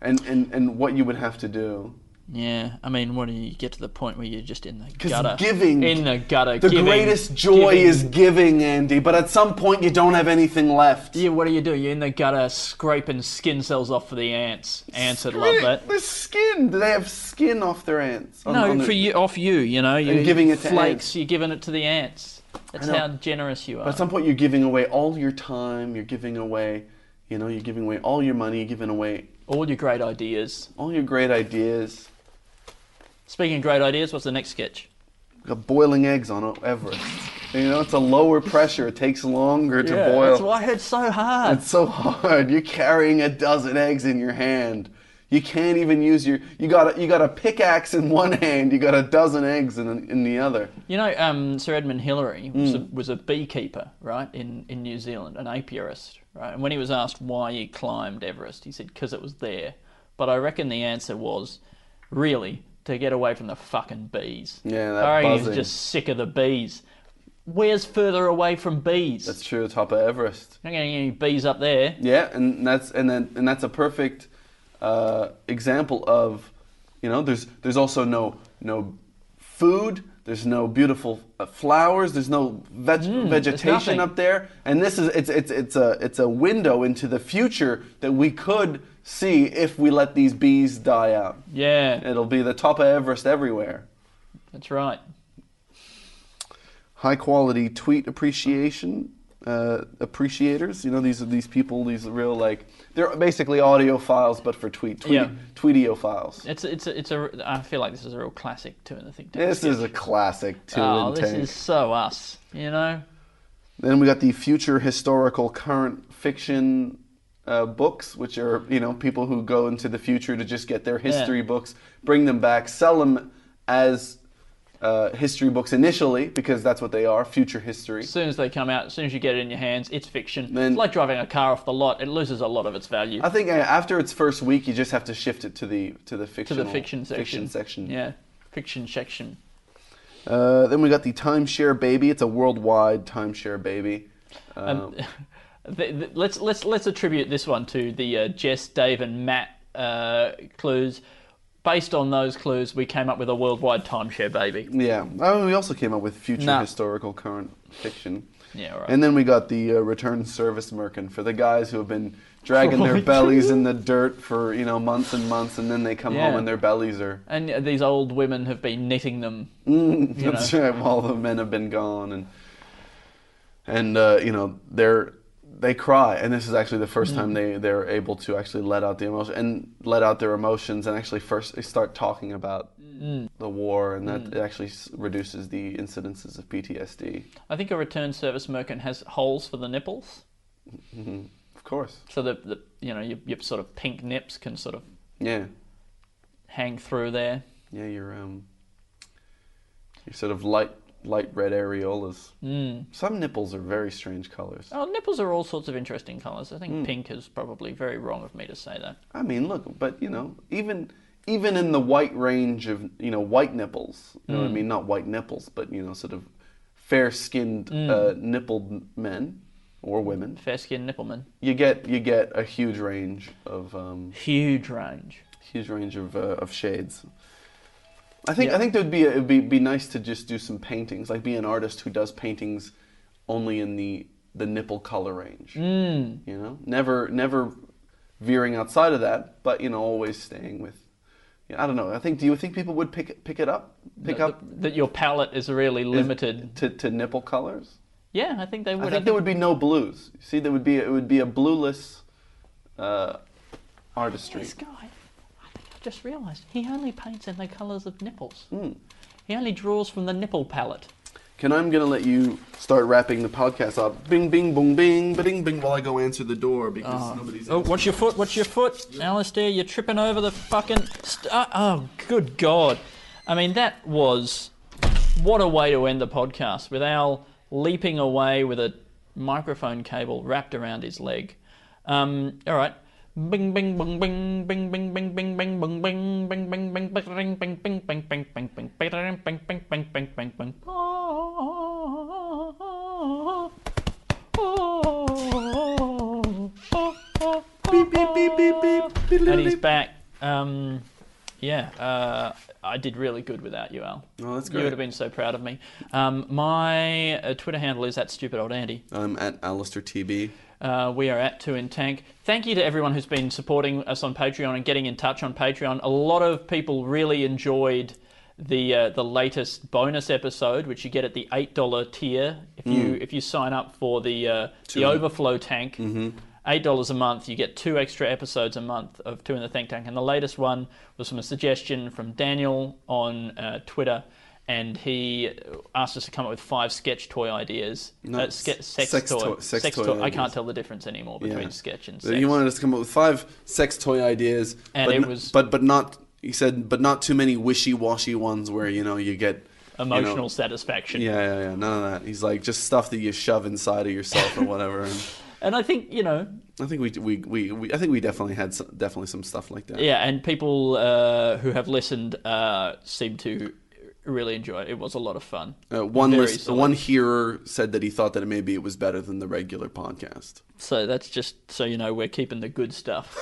[SPEAKER 3] And, and, and what you would have to do.
[SPEAKER 4] Yeah, I mean, when you get to the point where you're just in the
[SPEAKER 3] 'Cause
[SPEAKER 4] gutter,
[SPEAKER 3] giving.
[SPEAKER 4] in the gutter,
[SPEAKER 3] The
[SPEAKER 4] giving-
[SPEAKER 3] greatest joy
[SPEAKER 4] giving.
[SPEAKER 3] is giving, Andy, but at some point you don't have anything left.
[SPEAKER 4] Yeah, what do you do? You're in the gutter scraping skin cells off for the ants. Ants would love that.
[SPEAKER 3] The skin. Do they have skin off their ants? On-
[SPEAKER 4] No,
[SPEAKER 3] on their-
[SPEAKER 4] for you, off you, you know, you're
[SPEAKER 3] giving it to
[SPEAKER 4] flakes.
[SPEAKER 3] ants.
[SPEAKER 4] You're giving it to the ants. That's
[SPEAKER 3] know.
[SPEAKER 4] how generous you are.
[SPEAKER 3] At some point, you're giving away all your time. You're giving away, you know, you're giving away all your money. You're giving away
[SPEAKER 4] All your great ideas.
[SPEAKER 3] all your great ideas.
[SPEAKER 4] Speaking of great ideas, what's the next sketch?
[SPEAKER 3] We've Got boiling eggs on Everest. you know, it's a lower pressure. It takes longer to boil.
[SPEAKER 4] that's why it's so hard.
[SPEAKER 3] It's so hard. You're carrying a dozen eggs in your hand. You can't even use your. You got a, you got a pickaxe in one hand. You got a dozen eggs in in the other.
[SPEAKER 4] You know, um, Sir Edmund Hillary was,
[SPEAKER 3] Mm.
[SPEAKER 4] a, was a beekeeper, right, in, in New Zealand, an apiarist, right? And when he was asked why he climbed Everest, he said, because it was there. But I reckon the answer was, really, to get away from the fucking bees.
[SPEAKER 3] Yeah, that
[SPEAKER 4] I reckon he was
[SPEAKER 3] buzzing.
[SPEAKER 4] just sick of the bees. Where's further away from bees?
[SPEAKER 3] That's true. Top of Everest.
[SPEAKER 4] Not getting any bees up there.
[SPEAKER 3] Yeah, and that's and then and that's a perfect uh, example of you know there's there's also no no food. There's no beautiful uh, flowers. There's no veg- vegetation
[SPEAKER 4] nothing.
[SPEAKER 3] up there, and this is it's it's it's a it's a window into the future that we could see if we let these bees die out.
[SPEAKER 4] Yeah,
[SPEAKER 3] It'll be the top of Everest everywhere.
[SPEAKER 4] that's right.
[SPEAKER 3] high quality tweet appreciation uh, appreciators. You know, these are these people, these real like they're basically audio files, but for tweet, tweet
[SPEAKER 4] Yeah.
[SPEAKER 3] tweetio files.
[SPEAKER 4] It's it's a, it's a. I feel like this is a real classic two in the think tank.
[SPEAKER 3] This is a classic two
[SPEAKER 4] oh,
[SPEAKER 3] in
[SPEAKER 4] this
[SPEAKER 3] tank.
[SPEAKER 4] is so us. You know,
[SPEAKER 3] Then we got the future historical current fiction. Uh, books, which are you know people who go into the future to just get their history books, bring them back, sell them as uh, history books initially because that's what they are, future history.
[SPEAKER 4] as soon as they come out, as soon as you get it in your hands, it's fiction.
[SPEAKER 3] Then-
[SPEAKER 4] it's like driving a car off the lot. It loses a lot of its value.
[SPEAKER 3] I think uh, after its first week, you just have to shift it to the to the
[SPEAKER 4] to
[SPEAKER 3] fiction
[SPEAKER 4] the fiction section.
[SPEAKER 3] Fiction section.
[SPEAKER 4] Yeah, fiction section.
[SPEAKER 3] Uh, then we got the timeshare baby. It's a worldwide timeshare baby. Um,
[SPEAKER 4] The, the, let's let's let's attribute this one to the uh, Jess, Dave, and Matt uh, clues. Based on those clues, we came up with a worldwide timeshare baby.
[SPEAKER 3] yeah. Oh, we also came up with future
[SPEAKER 4] Nah.
[SPEAKER 3] historical current fiction.
[SPEAKER 4] Yeah, all right.
[SPEAKER 3] And then we got the uh, return service merkin for the guys who have been dragging their bellies in the dirt for you know months and months, and then they come home
[SPEAKER 4] Yeah.
[SPEAKER 3] and their bellies are.
[SPEAKER 4] And uh, these old women have been knitting them.
[SPEAKER 3] That's right. While the men have been gone, and and uh, you know they're they cry, and this is actually the first time they they're able to actually let out the emotion and let out their emotions, and actually first they start talking about the war, and that it actually s- reduces the incidences of PTSD.
[SPEAKER 4] I think a return service merchant has holes for the nipples,
[SPEAKER 3] Of course,
[SPEAKER 4] so that the, you know your, your sort of pink nips can sort of
[SPEAKER 3] yeah,
[SPEAKER 4] hang through there.
[SPEAKER 3] yeah, your um, your sort of light light red areolas. Some nipples are very strange colors.
[SPEAKER 4] Oh, nipples are all sorts of interesting colours. I think pink is probably very wrong of me to say that.
[SPEAKER 3] I mean, look, but you know, even even in the white range of you know white nipples, you know what I mean, not white nipples, but you know, sort of fair-skinned, uh, nippled men or women,
[SPEAKER 4] Fair skinned nippleman,
[SPEAKER 3] you get you get a huge range of um,
[SPEAKER 4] huge range.
[SPEAKER 3] huge range of uh, of shades. I think I think there'd be it'd be, be nice to just do some paintings, like be an artist who does paintings only in the the nipple color range. Mm. You know, never never veering outside of that, but you know, always staying with. Yeah, I don't know. I think. Do you think people would pick pick it up? Pick up
[SPEAKER 4] That your palette is really limited.
[SPEAKER 3] to, to nipple colors?
[SPEAKER 4] Yeah, I think they would.
[SPEAKER 3] I think there would be no blues. You see, there would be it would be a blueless uh, artistry.
[SPEAKER 4] This guy, I think I just realised he only paints in the colours of nipples. He only draws from the nipple palette.
[SPEAKER 3] Can I'm gonna let you start wrapping the podcast up. Bing, bing, boom, bing, bing, bing, while I go answer the door because nobody's.
[SPEAKER 4] Oh, what's your foot? What's your foot? Alistair, you're tripping over the fucking. St- uh, oh, good God. I mean, that was. What a way to end the podcast with Al leaping away with a microphone cable wrapped around his leg. Um, all right. Bing, bing, bing, bing, bing, bing, bing, bing, bing, bing, bing, bing, bing, bing, bing, bing, bing, bing, bing, bing, bing, bing, bing, bing, bing, bing, bing, bing, bing. Beep, beep, beep, beep, beep. And he's back. Um, yeah, uh, I did really good without you, Al.
[SPEAKER 3] Oh, that's
[SPEAKER 4] You
[SPEAKER 3] great.
[SPEAKER 4] would have been so proud of me. Um, my uh, Twitter handle is that stupid old Andy.
[SPEAKER 3] I'm at Alistair TB.
[SPEAKER 4] Uh, we are at Two in Tank. Thank you to everyone who's been supporting us on Patreon and getting in touch on Patreon. A lot of people really enjoyed the uh, the latest bonus episode, which you get at the eight dollar tier if
[SPEAKER 3] Mm.
[SPEAKER 4] you if you sign up for the uh, the overflow tank.
[SPEAKER 3] Mm-hmm.
[SPEAKER 4] Eight dollars a month, you get two extra episodes a month of Two in the Think Tank, and the latest one was from a suggestion from Daniel on uh, Twitter, and he asked us to come up with five sketch toy ideas.
[SPEAKER 3] No,
[SPEAKER 4] uh, ske- sex,
[SPEAKER 3] sex
[SPEAKER 4] toy,
[SPEAKER 3] toy- sex
[SPEAKER 4] sex
[SPEAKER 3] toy
[SPEAKER 4] toy. I
[SPEAKER 3] ideas.
[SPEAKER 4] can't tell the difference anymore between sketch and
[SPEAKER 3] So
[SPEAKER 4] sex.
[SPEAKER 3] You wanted us to come up with five sex toy ideas,
[SPEAKER 4] And
[SPEAKER 3] but
[SPEAKER 4] it
[SPEAKER 3] n-
[SPEAKER 4] was-
[SPEAKER 3] but but not. He said, but not too many wishy-washy ones where you know you get you know-
[SPEAKER 4] Emotional satisfaction.
[SPEAKER 3] yeah, yeah, yeah. None of that. He's like just stuff that you shove inside of yourself or whatever. And
[SPEAKER 4] And I think you know,
[SPEAKER 3] I think we, we we we I think we definitely had some, definitely some stuff like that.
[SPEAKER 4] yeah, and people uh, who have listened uh, seem to really enjoy it. It was a lot of fun.
[SPEAKER 3] Uh, one
[SPEAKER 4] Very
[SPEAKER 3] list,
[SPEAKER 4] solid.
[SPEAKER 3] one hearer said that he thought that maybe it was better than the regular podcast
[SPEAKER 4] So that's just so you know, we're keeping the good stuff.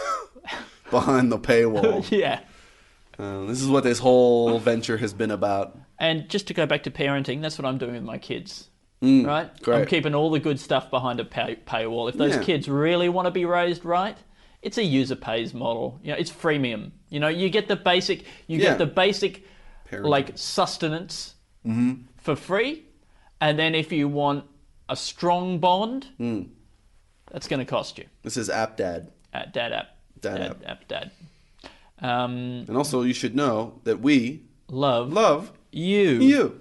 [SPEAKER 3] behind the paywall.
[SPEAKER 4] yeah.
[SPEAKER 3] Uh, this is what this whole venture has been about.
[SPEAKER 4] And just to go back to parenting, that's what I'm doing with my kids. right? I'm
[SPEAKER 3] Mm, great.
[SPEAKER 4] keeping all the good stuff behind a pay- paywall. If those
[SPEAKER 3] Yeah.
[SPEAKER 4] kids really want to be raised right, it's a user pays model. You know, it's freemium. You know, you get the basic, you
[SPEAKER 3] Yeah.
[SPEAKER 4] get the basic,
[SPEAKER 3] Parenting. Mm-hmm.
[SPEAKER 4] like sustenance for free, and then if you want a strong bond,
[SPEAKER 3] Mm.
[SPEAKER 4] that's going to cost you.
[SPEAKER 3] This is App Dad.
[SPEAKER 4] At dad app,
[SPEAKER 3] Dad
[SPEAKER 4] dad
[SPEAKER 3] app.
[SPEAKER 4] app, dad. Um,
[SPEAKER 3] And also, you should know that we
[SPEAKER 4] love,
[SPEAKER 3] love
[SPEAKER 4] you,
[SPEAKER 3] you.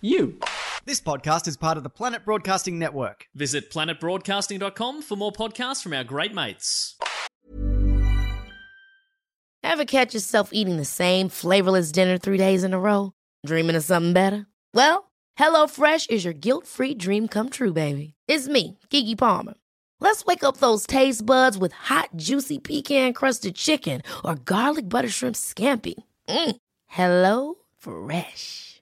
[SPEAKER 4] you.
[SPEAKER 1] This podcast is part of the Planet Broadcasting Network.
[SPEAKER 2] Visit planetbroadcasting.com for more podcasts from our great mates.
[SPEAKER 7] Ever catch yourself eating the same flavorless dinner three days in a row? Dreaming of something better? Well, HelloFresh is your guilt free dream come true, baby. It's me, Kiki Palmer. Let's wake up those taste buds with hot, juicy pecan crusted chicken or garlic butter shrimp scampi. Mm. Hello Fresh.